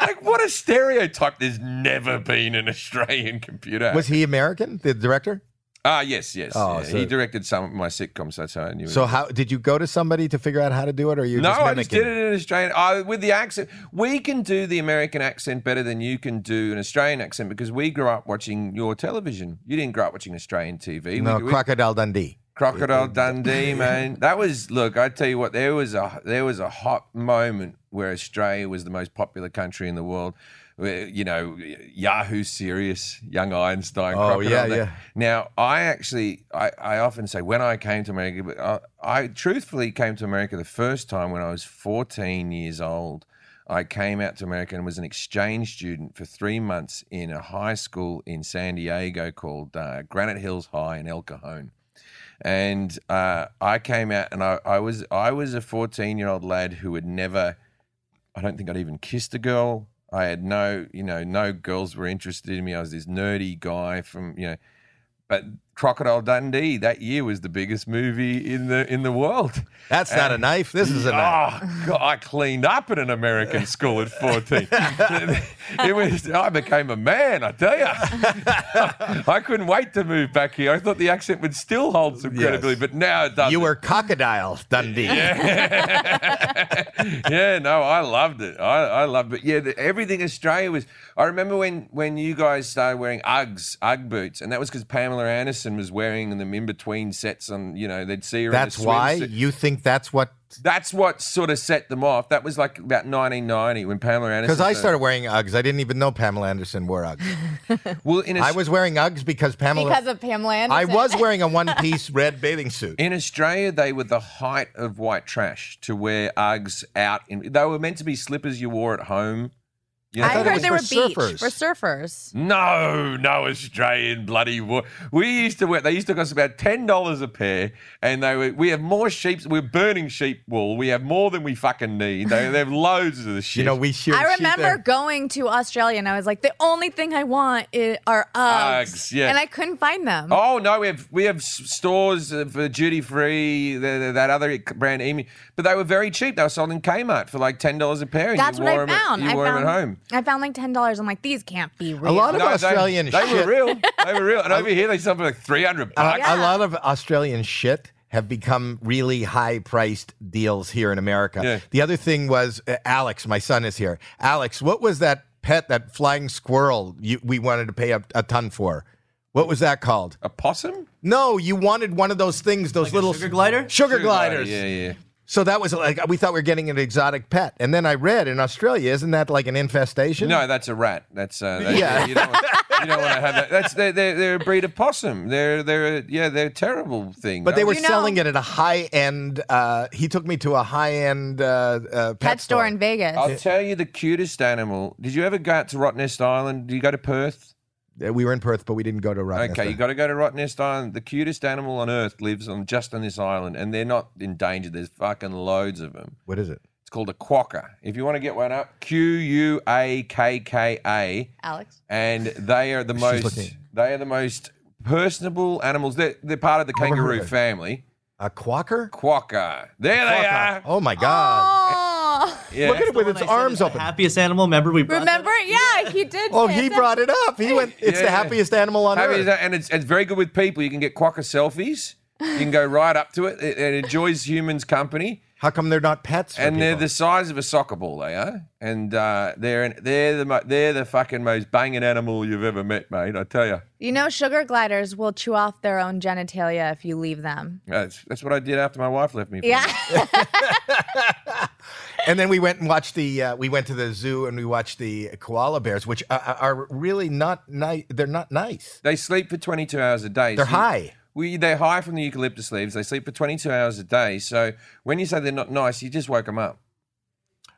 [SPEAKER 2] like, what a stereotype. There's never been an Australian computer.
[SPEAKER 1] Was he American, the director?
[SPEAKER 2] ah, yes, yes.
[SPEAKER 1] Oh,
[SPEAKER 2] yeah.
[SPEAKER 1] so-
[SPEAKER 2] he directed some of my sitcoms. That's how I knew.
[SPEAKER 1] So
[SPEAKER 2] him.
[SPEAKER 1] how did you go to somebody to figure out how to do it, or you
[SPEAKER 2] Mm. no,
[SPEAKER 1] just
[SPEAKER 2] I just
[SPEAKER 1] mimicking?
[SPEAKER 2] did it in Australian. I, with the accent, we can do the American accent better than you can do an Australian accent because we grew up watching your television. You didn't grow up watching Australian TV.
[SPEAKER 1] No,
[SPEAKER 2] we, we-
[SPEAKER 1] Crocodile Dundee.
[SPEAKER 2] Crocodile Dundee, man. That was look. I tell you what, there was a there was a hot moment where Australia was the most popular country in the world. Where, You know, Yahoo, Serious, Young Einstein.
[SPEAKER 1] Oh,
[SPEAKER 2] Crocodile
[SPEAKER 1] yeah,
[SPEAKER 2] Dundee.
[SPEAKER 1] yeah.
[SPEAKER 2] Now, I actually, I, I often say when I came to America, but uh, I, I truthfully came to America the first time when I was 14 years old. I came out to America and was an exchange student for three months in a high school in San Diego called uh, Granite Hills High in El Cajon and uh, I came out and I, I was I was a 14 year old lad who had never I don't think I'd even kissed a girl. I had no you know no girls were interested in me. I was this nerdy guy from you know but Crocodile Dundee that year was the biggest movie in the in the world.
[SPEAKER 1] That's not a knife. This is a knife.
[SPEAKER 2] Oh, God, I cleaned up at an American school at 14. it was, I became a man, I tell you. I couldn't wait to move back here. I thought the accent would still hold some
[SPEAKER 1] Yes.
[SPEAKER 2] credibility, but now it doesn't.
[SPEAKER 1] You were Crocodile Dundee.
[SPEAKER 2] yeah, no, I loved it. I, I loved it. Yeah, the, everything Australia was. I remember when when you guys started wearing Uggs, Ugg boots, and that was because Pamela Anderson was wearing them in between sets. On you know, they'd see her.
[SPEAKER 1] That's
[SPEAKER 2] in a
[SPEAKER 1] why
[SPEAKER 2] swimsuit.
[SPEAKER 1] you think that's what.
[SPEAKER 2] That's what sort of set them off. That was like about 1990 when Pamela Anderson.
[SPEAKER 1] Because I started wearing Uggs. I didn't even know Pamela Anderson wore Uggs.
[SPEAKER 2] Well, in,
[SPEAKER 1] I
[SPEAKER 2] Aus-
[SPEAKER 1] was wearing Uggs because Pamela.
[SPEAKER 3] because of Pamela Anderson.
[SPEAKER 1] I was wearing a one piece red bathing suit.
[SPEAKER 2] in Australia, they were the height of white trash to wear Uggs out. In, they were meant to be slippers you wore at home. You
[SPEAKER 3] I,
[SPEAKER 1] I thought it
[SPEAKER 3] heard
[SPEAKER 1] was
[SPEAKER 3] they
[SPEAKER 1] for
[SPEAKER 3] were beach
[SPEAKER 1] surfers.
[SPEAKER 3] for surfers.
[SPEAKER 2] No, no Australian bloody war. We used to wear. They used to cost about ten dollars a pair, and they were. We have more sheep. We're burning sheep wool. We have more than we fucking need. They, they have loads of the shit.
[SPEAKER 1] You know, we should.
[SPEAKER 3] I remember going to Australia and I was like, the only thing I want i are Uggs.
[SPEAKER 2] Uggs, yeah.
[SPEAKER 3] And I couldn't find them.
[SPEAKER 2] Oh no, we have we have s- stores uh, for duty free. th- th- That other brand, Emu, but they were very cheap. They were sold in Kmart for like ten dollars a pair. And
[SPEAKER 3] That's
[SPEAKER 2] you
[SPEAKER 3] what
[SPEAKER 2] wore
[SPEAKER 3] I
[SPEAKER 2] 'em at-
[SPEAKER 3] found.
[SPEAKER 2] you
[SPEAKER 3] I
[SPEAKER 2] wore
[SPEAKER 3] found
[SPEAKER 2] them at home.
[SPEAKER 3] I found like ten dollars. I'm like, these can't be real.
[SPEAKER 1] lot of
[SPEAKER 2] they-
[SPEAKER 1] Australian
[SPEAKER 2] they,
[SPEAKER 1] shit-
[SPEAKER 2] were real. They were real. And over here, they sell for like three hundred
[SPEAKER 1] A,
[SPEAKER 2] bucks.
[SPEAKER 3] Yeah.
[SPEAKER 1] a lot of Australian shit have become really high priced deals here in America.
[SPEAKER 2] Yeah.
[SPEAKER 1] The other thing was uh, Alex, my son is here. Alex, what was that pet, that flying squirrel you, we wanted to pay a, a ton for? What was that called?
[SPEAKER 2] A possum?
[SPEAKER 1] No, you wanted one of those things, those little
[SPEAKER 6] sugar glider?
[SPEAKER 1] sugar, gliders.
[SPEAKER 2] Yeah, yeah.
[SPEAKER 1] So that was like we thought we were getting an exotic pet, and then I read in Australia, isn't that like an infestation?
[SPEAKER 2] No, that's a rat. That's uh, that-
[SPEAKER 1] Yeah.
[SPEAKER 2] You don't, want, you don't want to have that. That's they're, they're, they're a breed of possum. They're they're yeah they're a terrible thing.
[SPEAKER 1] But they were
[SPEAKER 3] You know-
[SPEAKER 1] selling it at a high end. Uh, he took me to a high end uh, uh, pet,
[SPEAKER 3] pet store in Vegas.
[SPEAKER 2] I'll tell you the cutest animal. Did you ever go out to Rottnest Island? Did you go to Perth?
[SPEAKER 1] Uh, We were in Perth, but we didn't go to Rottnest.
[SPEAKER 2] Okay, you got to go to Rottnest Island. The cutest animal on earth lives on just on this island, and they're not endangered. There's fucking loads of them.
[SPEAKER 1] What is it?
[SPEAKER 2] It's called a quokka. If you want to get one up, Q U A K K A.
[SPEAKER 3] Alex.
[SPEAKER 2] and they are the most
[SPEAKER 1] looking.
[SPEAKER 2] they are the most personable animals. They're, they're part of the
[SPEAKER 1] Never heard
[SPEAKER 2] kangaroo
[SPEAKER 1] of it.
[SPEAKER 2] family.
[SPEAKER 1] A quacker?
[SPEAKER 2] Quokka. There they
[SPEAKER 1] Quacker.
[SPEAKER 2] are.
[SPEAKER 1] Oh my god!
[SPEAKER 3] Oh,
[SPEAKER 2] Yeah.
[SPEAKER 1] Look at it with
[SPEAKER 6] When
[SPEAKER 1] its
[SPEAKER 6] I said
[SPEAKER 1] arms
[SPEAKER 6] the
[SPEAKER 1] open.
[SPEAKER 6] Happiest animal. Remember we brought
[SPEAKER 3] remember?
[SPEAKER 6] That?
[SPEAKER 3] Yeah, he did.
[SPEAKER 1] Oh,
[SPEAKER 3] say
[SPEAKER 1] he
[SPEAKER 3] it's a-
[SPEAKER 1] brought it up. He went. It's
[SPEAKER 2] Yeah,
[SPEAKER 1] the
[SPEAKER 2] yeah.
[SPEAKER 1] happiest animal on
[SPEAKER 2] I mean,
[SPEAKER 1] earth.
[SPEAKER 2] is that- and it's, it's very good with people. You can get quokka selfies. You can go right up to it. It, it enjoys humans' company,
[SPEAKER 1] How come they're not pets? For
[SPEAKER 2] and they're
[SPEAKER 1] people?
[SPEAKER 2] the size of a soccer ball. They are, and uh, they're an, they're the mo- they're the fucking most banging animal you've ever met, mate. I tell you,
[SPEAKER 3] You know, sugar gliders will chew off their own genitalia if you leave them.
[SPEAKER 2] that's, that's what I did after my wife left me. for
[SPEAKER 3] Yeah.
[SPEAKER 2] me.
[SPEAKER 1] And then we went and watched the. Uh, we went to the zoo and we watched the koala bears, which are, are really not nice. They're not nice.
[SPEAKER 2] They sleep for 22 hours a day.
[SPEAKER 1] They're
[SPEAKER 2] So-
[SPEAKER 1] high.
[SPEAKER 2] We, they're high from the eucalyptus leaves. They sleep for 22 hours a day. So when you say they're not nice, you just woke them up.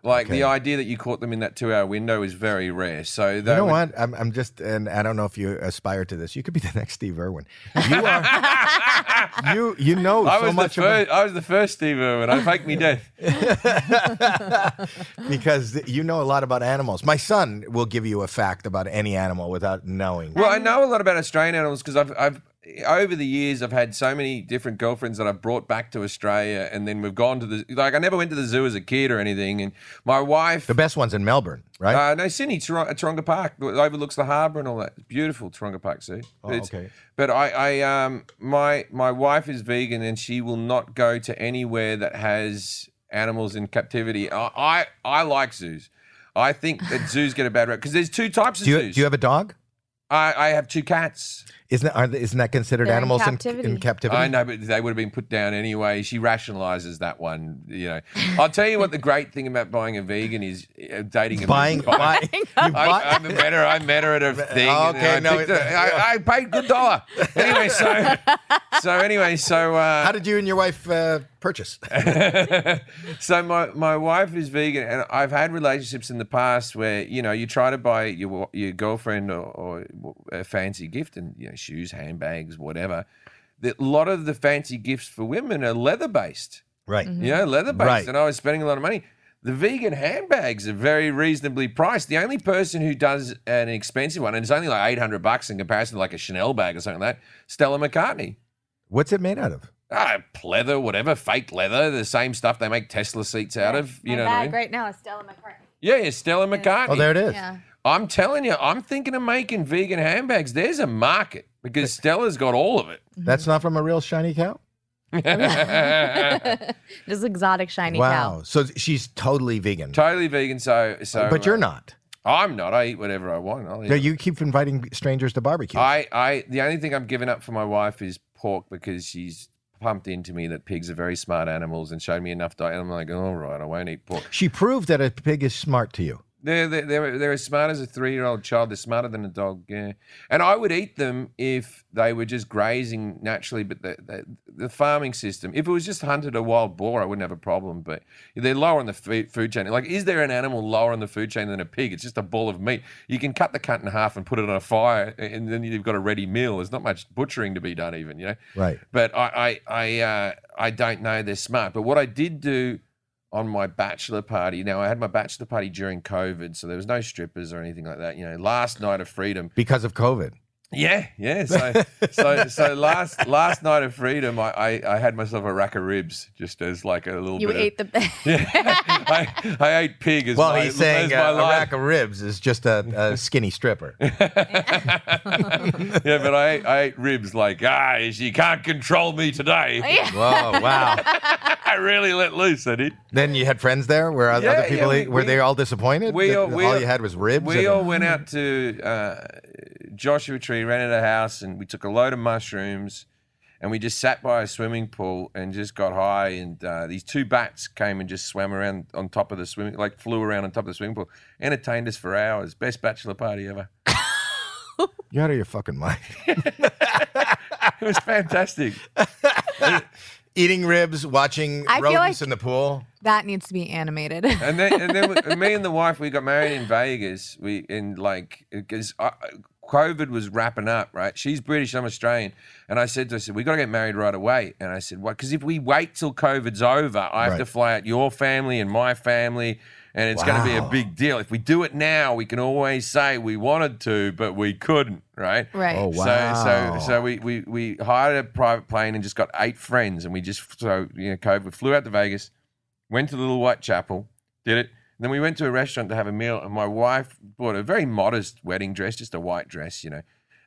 [SPEAKER 2] Like
[SPEAKER 1] Okay.
[SPEAKER 2] the idea that you caught them in that two hour window is very rare. So they
[SPEAKER 1] You know
[SPEAKER 2] would-
[SPEAKER 1] what? I'm, I'm just, and I don't know if you aspire to this. You could be the next Steve Irwin. You are. you you know
[SPEAKER 2] I
[SPEAKER 1] so
[SPEAKER 2] was the
[SPEAKER 1] much about-
[SPEAKER 2] first. I was the first Steve Irwin. I fake me death.
[SPEAKER 1] because you know a lot about animals. My son will give you a fact about any animal without knowing.
[SPEAKER 2] Well, I know a lot about Australian animals because I've, I've over the years I've had so many different girlfriends that I've brought back to Australia, and then we've gone to the like I never went to the zoo as a kid or anything, and my wife.
[SPEAKER 1] the best one's in Melbourne, right?
[SPEAKER 2] Uh, no, Sydney, Tor- Taronga Park, it overlooks the harbour and all that. It's beautiful, Taronga Park, see?
[SPEAKER 1] Oh, okay.
[SPEAKER 2] But I, I, um, my, my wife is vegan and she will not go to anywhere that has animals in captivity. I, I, I like zoos. I think that zoos get a bad rap because there's two types of
[SPEAKER 1] do you
[SPEAKER 2] zoos.
[SPEAKER 1] do you have a dog?
[SPEAKER 2] I, I have two cats.
[SPEAKER 1] Isn't that, aren't, they- isn't that considered
[SPEAKER 3] They're in
[SPEAKER 1] animals in
[SPEAKER 3] captivity.
[SPEAKER 1] in captivity?
[SPEAKER 2] I know, but they would have been put down anyway. She rationalizes that one. You know, I'll tell you what the great thing about buying a vegan is uh, dating a
[SPEAKER 1] Buying,
[SPEAKER 2] vegan.
[SPEAKER 1] buying, you buy-
[SPEAKER 2] I, I met her. I met her at a thing.
[SPEAKER 1] Okay,
[SPEAKER 2] and I,
[SPEAKER 1] no,
[SPEAKER 2] picked
[SPEAKER 1] it-
[SPEAKER 2] her- I, I paid good dollar. Anyway, so so anyway, so
[SPEAKER 1] How
[SPEAKER 2] uh,
[SPEAKER 1] did you and your wife uh, purchase?
[SPEAKER 2] so my my wife is vegan, and I've had relationships in the past where you know you try to buy your wa- your girlfriend or, or a fancy gift, and you know shoes, handbags, whatever. The, a lot of the fancy gifts for women are leather based.
[SPEAKER 1] right.
[SPEAKER 2] you know, leather based,
[SPEAKER 1] Right.
[SPEAKER 2] and I was spending a lot of money. The vegan handbags are very reasonably priced. The only person who does an expensive one, and it's only like eight hundred bucks in comparison to like a Chanel bag or something like that, Stella McCartney.
[SPEAKER 1] What's it made out of?
[SPEAKER 2] Ah, leather, whatever, fake leather, the same stuff they make Tesla seats out of. You
[SPEAKER 3] My
[SPEAKER 2] know what I
[SPEAKER 3] bag
[SPEAKER 2] mean?
[SPEAKER 3] right now is Stella McCartney.
[SPEAKER 2] Yeah, yeah, Stella McCartney.
[SPEAKER 1] Oh, there it is.
[SPEAKER 3] Yeah.
[SPEAKER 2] I'm telling you, I'm thinking of making vegan handbags. There's a market because Stella's got all of it.
[SPEAKER 1] That's not from a real shiny cow.
[SPEAKER 3] This exotic shiny
[SPEAKER 1] wow.
[SPEAKER 3] cow.
[SPEAKER 1] So she's totally vegan,
[SPEAKER 2] Totally vegan, so so.
[SPEAKER 1] but you're
[SPEAKER 2] uh,
[SPEAKER 1] not.
[SPEAKER 2] I'm not. I eat whatever I want. I'll eat
[SPEAKER 1] No, you keep inviting strangers to barbecue.
[SPEAKER 2] I, I, the only thing I'm giving up for my wife is pork because she's pumped into me that pigs are very smart animals and showed me enough diet. I'm like, all right, I won't eat pork.
[SPEAKER 1] she proved that a pig is smart to you.
[SPEAKER 2] They're they're they're, they're as smart as a three year old child. They're smarter than a dog. Yeah, and I would eat them if they were just grazing naturally. But the, the the farming system, if it was just hunted a wild boar, I wouldn't have a problem. But they're lower on the food food chain. Like, is there an animal lower on the food chain than a pig? It's just a ball of meat. You can cut the cut in half and put it on a fire, and then you've got a ready meal. There's not much butchering to be done, even you know.
[SPEAKER 1] Right.
[SPEAKER 2] But I I I, uh, I don't know they're smart. But what I did do on my bachelor party. Now I had my bachelor party during COVID, so there was no strippers or anything like that. You know, last night of freedom.
[SPEAKER 1] Because of COVID.
[SPEAKER 2] Yeah, yeah. So so so last last night of freedom, I, I I had myself a rack of ribs just as like a little
[SPEAKER 3] You
[SPEAKER 2] bit.
[SPEAKER 3] ate
[SPEAKER 2] of,
[SPEAKER 3] the.
[SPEAKER 2] yeah, I, I ate pig as
[SPEAKER 1] Well,
[SPEAKER 2] my,
[SPEAKER 1] he's saying
[SPEAKER 2] as
[SPEAKER 1] uh,
[SPEAKER 2] my
[SPEAKER 1] a
[SPEAKER 2] life.
[SPEAKER 1] rack of ribs is just a, a skinny stripper.
[SPEAKER 2] yeah, but I ate, I ate ribs like ah, she can't control me today.
[SPEAKER 1] Whoa, wow.
[SPEAKER 2] I really let loose. I did.
[SPEAKER 1] Then you had friends there where oth-
[SPEAKER 2] Yeah,
[SPEAKER 1] other people
[SPEAKER 2] yeah,
[SPEAKER 1] ate-
[SPEAKER 2] we-
[SPEAKER 1] were
[SPEAKER 2] we-
[SPEAKER 1] they all disappointed?
[SPEAKER 2] we
[SPEAKER 1] that
[SPEAKER 2] all- we
[SPEAKER 1] all
[SPEAKER 2] all-
[SPEAKER 1] you had was ribs.
[SPEAKER 2] We
[SPEAKER 1] and-
[SPEAKER 2] all went out to uh, Joshua Tree, rented a house, and we took a load of mushrooms, and we just sat by a swimming pool and just got high. And uh, these two bats came and just swam around on top of the swimming, like flew around on top of the swimming pool, entertained us for hours. Best bachelor party ever.
[SPEAKER 1] You're out of your fucking mind.
[SPEAKER 2] It was fantastic.
[SPEAKER 1] Eating ribs, watching
[SPEAKER 3] I feel
[SPEAKER 1] rodents
[SPEAKER 3] like-
[SPEAKER 1] in the pool.
[SPEAKER 3] that needs to be animated.
[SPEAKER 2] and then and then we- me and the wife we got married in Vegas. We in like because COVID was wrapping up, right? She's British, I'm Australian, and I said to her, I said we got to get married right away. And I said, what? Because if we wait till COVID's over, I have
[SPEAKER 1] Right.
[SPEAKER 2] to fly out your family and my family. And it's going to be a
[SPEAKER 1] Wow.
[SPEAKER 2] big deal. If we do it now, we can always say we wanted to, but we couldn't, right?
[SPEAKER 3] right.
[SPEAKER 1] Oh,
[SPEAKER 2] So
[SPEAKER 1] wow.
[SPEAKER 2] so so we, we we hired a private plane and just got eight friends and we just so you know COVID we flew out to Vegas, went to Little Whitechapel, did it. And then we went to a restaurant to have a meal and my wife bought a very modest wedding dress, just a white dress, you know.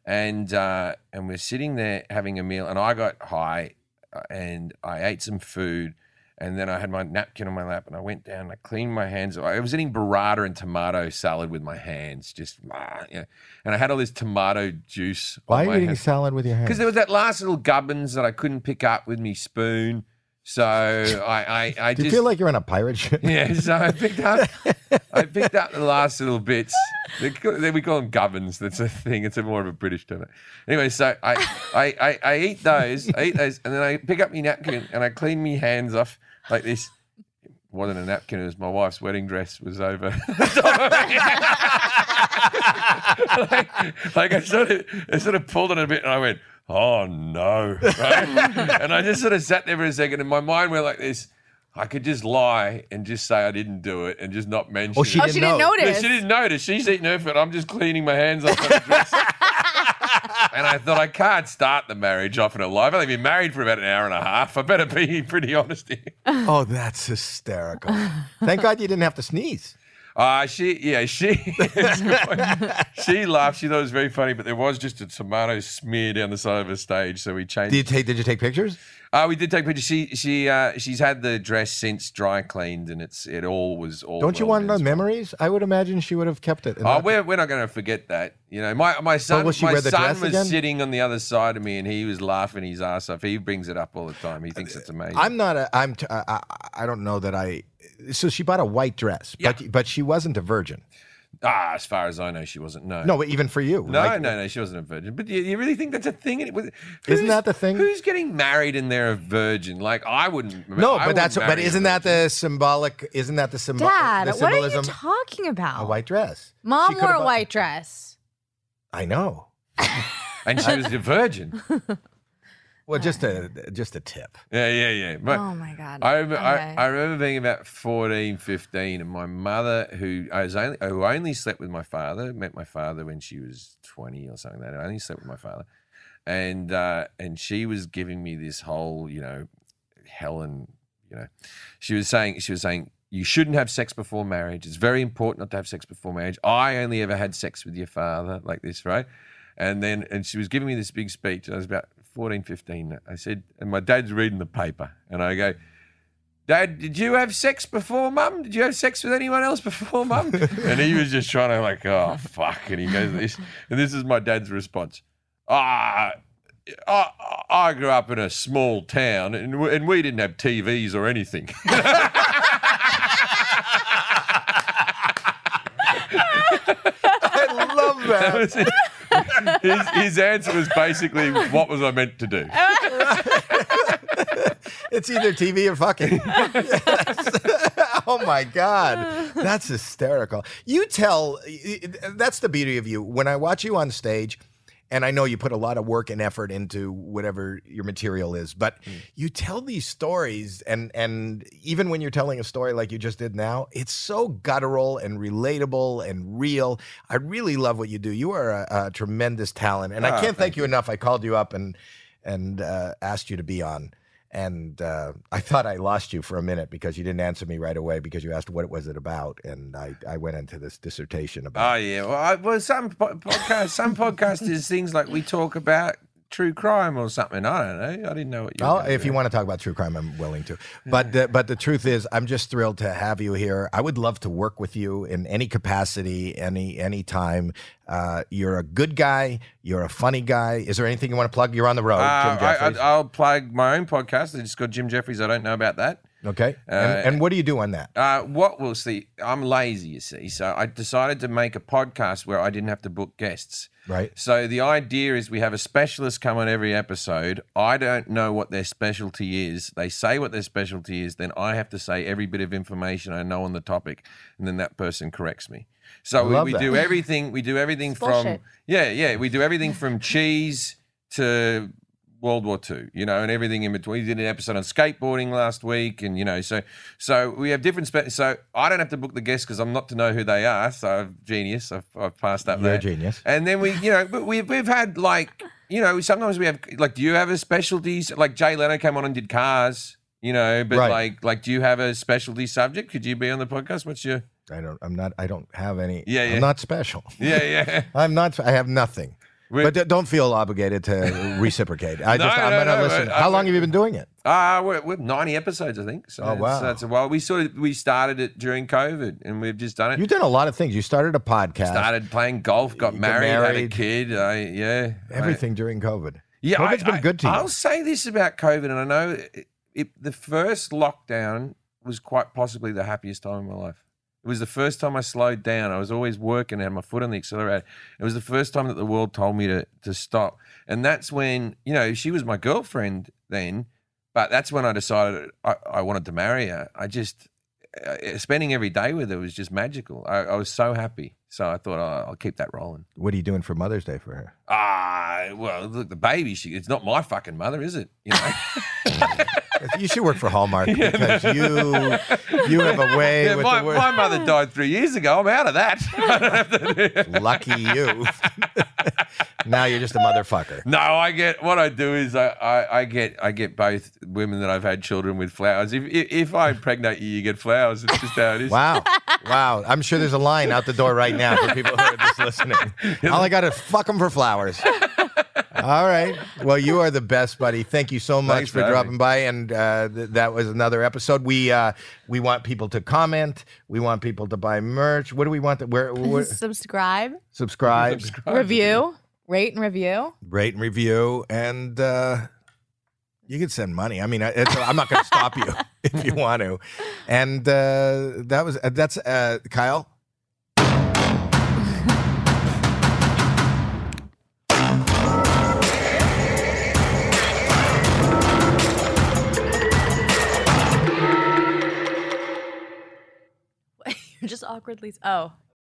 [SPEAKER 2] And uh, and we're sitting there having a meal and I got high uh, and I ate some food and then I had my napkin on my lap and I went down and I cleaned my hands. I was eating burrata and tomato salad with my hands, just ah, you know. and I had all this tomato juice.
[SPEAKER 1] Why are
[SPEAKER 2] on my
[SPEAKER 1] you eating
[SPEAKER 2] hands.
[SPEAKER 1] salad with your hands?
[SPEAKER 2] Because there was that last little gubbins that I couldn't pick up with me spoon. So I, I, I
[SPEAKER 1] Do you
[SPEAKER 2] just
[SPEAKER 1] feel like you're on a pirate ship?
[SPEAKER 2] yeah. So I picked up, I picked up the last little bits. They, ca- they- we call them gubbins. That's a thing. It's a more of a British term. Anyway, so I, I, I, I eat those. I eat those, and then I pick up my napkin and I clean my hands off like this. wasn't a napkin. It was my wife's wedding dress was over. like, like I sort of, I sort of pulled it a bit, and I went, "Oh no!" right? and I just sort of sat there for a second, and my mind went like this: I could just lie and just say I didn't do it, and just not mention.
[SPEAKER 1] Oh, she
[SPEAKER 2] it.
[SPEAKER 3] Oh,
[SPEAKER 1] didn't
[SPEAKER 3] she didn't
[SPEAKER 1] know.
[SPEAKER 2] Yeah,
[SPEAKER 3] notice.
[SPEAKER 2] she didn't notice. She's eating her food. I'm just cleaning my hands off her dress. and I thought I can't start the marriage off in a lie. I've only been married for about an hour and a half. I better be pretty honest here.
[SPEAKER 1] Oh, that's hysterical. Thank God you didn't have to sneeze.
[SPEAKER 2] Uh, she, yeah, she, she laughed. She thought it was very funny, but there was just a tomato smear down the side of her stage. So we changed.
[SPEAKER 1] Did you take, did you take pictures?
[SPEAKER 2] Uh, we did take pictures. She, she, uh, she's had the dress since dry cleaned, and it's it all was all.
[SPEAKER 1] Don't you
[SPEAKER 2] well
[SPEAKER 1] want to know
[SPEAKER 2] done.
[SPEAKER 1] memories? I would imagine she would have kept it. and
[SPEAKER 2] Oh,
[SPEAKER 1] not-
[SPEAKER 2] we're, we're not going to forget that. You know, my my son,
[SPEAKER 1] will she
[SPEAKER 2] my
[SPEAKER 1] wear the
[SPEAKER 2] son
[SPEAKER 1] dress
[SPEAKER 2] was
[SPEAKER 1] again?
[SPEAKER 2] sitting on the other side of me, and he was laughing his ass off. He brings it up all the time. He thinks it's amazing.
[SPEAKER 1] Uh, I'm not a. I'm. T- I, I, I don't know that I. So she bought a white dress, but but she wasn't a virgin.
[SPEAKER 2] ah, as far as I know, she wasn't. No,
[SPEAKER 1] No, but even for you,
[SPEAKER 2] no,
[SPEAKER 1] like,
[SPEAKER 2] no, no. She wasn't a virgin. But you, you really think that's a thing? It was-
[SPEAKER 1] Isn't
[SPEAKER 2] who's-
[SPEAKER 1] that the thing?
[SPEAKER 2] Who's getting married and they're a virgin? Like I wouldn't.
[SPEAKER 1] No, but
[SPEAKER 2] I wouldn't
[SPEAKER 1] that's
[SPEAKER 2] marry
[SPEAKER 1] but
[SPEAKER 2] a
[SPEAKER 1] isn't that
[SPEAKER 2] virgin.
[SPEAKER 1] the symbolic? Isn't that the, symbol?
[SPEAKER 3] Dad,
[SPEAKER 1] the
[SPEAKER 3] what are you
[SPEAKER 1] symbolism?
[SPEAKER 3] talking about?
[SPEAKER 1] a white dress. She
[SPEAKER 3] Mom
[SPEAKER 1] could've
[SPEAKER 3] wore a
[SPEAKER 1] bought-
[SPEAKER 3] white dress.
[SPEAKER 1] I know.
[SPEAKER 2] And she was a virgin.
[SPEAKER 1] Well, just a just a tip.
[SPEAKER 2] Yeah, yeah, yeah. But
[SPEAKER 3] Oh my god.
[SPEAKER 2] I, remember, I,
[SPEAKER 3] Okay.
[SPEAKER 2] I remember being about 14, 15, and my mother, who I was only, who only slept with my father, met my father when she was 20 or something like that. I only slept with my father. And uh, and she was giving me this whole, you know, Helen, you know, she was saying, she was saying, you shouldn't have sex before marriage. It's very important not to have sex before marriage. I only ever had sex with your father, like this, right? And then, and she was giving me this big speech. and I was about 14, 15. I said, and my dad's reading the paper. And I go, Dad, did you have sex before mum? Did you have sex with anyone else before mum? and he was just trying to like, oh fuck. And he goes this, and this is my dad's response. Ah, I, I grew up in a small town, and we, and we didn't have TVs or anything.
[SPEAKER 1] I love that.
[SPEAKER 2] That was it. his, his answer was basically, what was I meant to do?
[SPEAKER 1] It's either TV or fucking. Yes. oh my god, that's hysterical. You tell. That's the beauty of you. When I watch you on stage, and I know you put a lot of work and effort into whatever your material is, but you tell these stories, and and even when you're telling a story like you just did now, it's so guttural and relatable and real. I really love what you do. You are a, a tremendous talent, and I
[SPEAKER 2] Ah,
[SPEAKER 1] can't thank,
[SPEAKER 2] thank
[SPEAKER 1] you enough. I called you up and and uh, asked you to be on. And uh, I thought I lost you for a minute because you didn't answer me right away because you asked what was it about, and I, I went into this dissertation
[SPEAKER 2] Oh
[SPEAKER 1] about.
[SPEAKER 2] yeah, well, I, well some po- podcast, some podcasters things like we talk about true crime or something. I don't know. I didn't know what you. were
[SPEAKER 1] Oh,
[SPEAKER 2] gonna
[SPEAKER 1] if
[SPEAKER 2] do.
[SPEAKER 1] you want to talk about true crime, I'm willing to. But the, but the truth is, I'm just thrilled to have you here. I would love to work with you in any capacity, any any time. Uh, you're a good guy. You're a funny guy. Is there anything you want to plug? You're on the road,
[SPEAKER 2] Uh,
[SPEAKER 1] Jim Jeffries.
[SPEAKER 2] I, I, I'll plug my own podcast. It's called Jim Jeffries. I don't know about that.
[SPEAKER 1] okay, and, and what do you do on that?
[SPEAKER 2] Uh, what we'll see, I'm lazy, you see. So I decided to make a podcast where I didn't have to book guests.
[SPEAKER 1] Right.
[SPEAKER 2] So the idea is we have a specialist come on every episode. I don't know what their specialty is. They say what their specialty is, then I have to say every bit of information I know on the topic, and then that person corrects me. So
[SPEAKER 1] love
[SPEAKER 2] we, we
[SPEAKER 1] that.
[SPEAKER 2] do everything. We do everything from
[SPEAKER 3] bullshit.
[SPEAKER 2] yeah, yeah. We do everything from cheese to World War II, you know, and everything in between. We did an episode on skateboarding last week, and you know, so so we have different. Spe- so I don't have to book the guests because I'm not to know who they are. So I'm genius. I've, I've passed up
[SPEAKER 1] You're a
[SPEAKER 2] there.
[SPEAKER 1] genius.
[SPEAKER 2] And then we, you know, but we've we've had like, you know, sometimes we have like, do you have a specialty? Like Jay Leno came on and did Cars, you know, but
[SPEAKER 1] Right.
[SPEAKER 2] like like, do you have a specialty subject? Could you be on the podcast? What's your
[SPEAKER 1] I don't. I'm not. I don't have any.
[SPEAKER 2] Yeah, yeah.
[SPEAKER 1] I'm not special.
[SPEAKER 2] yeah yeah.
[SPEAKER 1] I'm not. I have nothing.
[SPEAKER 2] We-
[SPEAKER 1] but uh, d- don't feel obligated to reciprocate. I
[SPEAKER 2] No,
[SPEAKER 1] just. I'm
[SPEAKER 2] no,
[SPEAKER 1] gonna
[SPEAKER 2] no,
[SPEAKER 1] listen.
[SPEAKER 2] I-
[SPEAKER 1] How
[SPEAKER 2] I-
[SPEAKER 1] long have you been doing it?
[SPEAKER 2] Uh, we're, we're 90 episodes, I think. So
[SPEAKER 1] Oh,
[SPEAKER 2] it's-
[SPEAKER 1] wow.
[SPEAKER 2] that's a while. We sort of we started it during COVID, and we've just done it.
[SPEAKER 1] You've done a lot of things. You started a podcast.
[SPEAKER 2] started playing golf, got
[SPEAKER 1] You got
[SPEAKER 2] married, had a
[SPEAKER 1] married.
[SPEAKER 2] kid. I, yeah, I,
[SPEAKER 1] everything during COVID.
[SPEAKER 2] yeah,
[SPEAKER 1] COVID's
[SPEAKER 2] I,
[SPEAKER 1] been
[SPEAKER 2] I-
[SPEAKER 1] good to you.
[SPEAKER 2] I'll say this about COVID, and I know it, it, the first lockdown was quite possibly the happiest time of my life. It was the first time I slowed down. I was always working, had my foot on the accelerator. It was the first time that the world told me to to stop, and that's when you know she was my girlfriend then. But that's when I decided I, I wanted to marry her. I just uh, spending every day with her was just magical. I, I was so happy. So I thought oh, I'll keep that rolling.
[SPEAKER 1] What are you doing for Mother's Day for her?
[SPEAKER 2] Ah, well, look, the baby. She, it's not my fucking mother, is it? You know.
[SPEAKER 1] You should work for Hallmark because you you have a way
[SPEAKER 2] Yeah,
[SPEAKER 1] with
[SPEAKER 2] my,
[SPEAKER 1] the word.
[SPEAKER 2] my mother died three years ago. I'm out of that. I don't have to do-
[SPEAKER 1] Lucky you. now you're just a motherfucker.
[SPEAKER 2] no, I get what I do is I, I, I get I get both women that I've had children with flowers. If if, if I impregnate you, you get flowers. It's just how it is.
[SPEAKER 1] Wow. Wow. I'm sure there's a line out the door right now for people who are just listening. All I got is fuck them for flowers. All right. Well, you are the best, buddy. Thank you so much
[SPEAKER 2] Thanks
[SPEAKER 1] for
[SPEAKER 2] for having
[SPEAKER 1] dropping
[SPEAKER 2] me.
[SPEAKER 1] by. And uh, th- that was another episode. We uh, we want people to comment. We want people to buy merch. What do we want? To, where, where
[SPEAKER 3] Subscribe,
[SPEAKER 1] subscribe,
[SPEAKER 3] review, rate, and review.
[SPEAKER 1] rate and review, and uh, you can send money. I mean, I- it's, I'm not going to stop you if you want to. And uh, that was uh, that's uh, Kyle.
[SPEAKER 3] You're just awkwardly. Oh,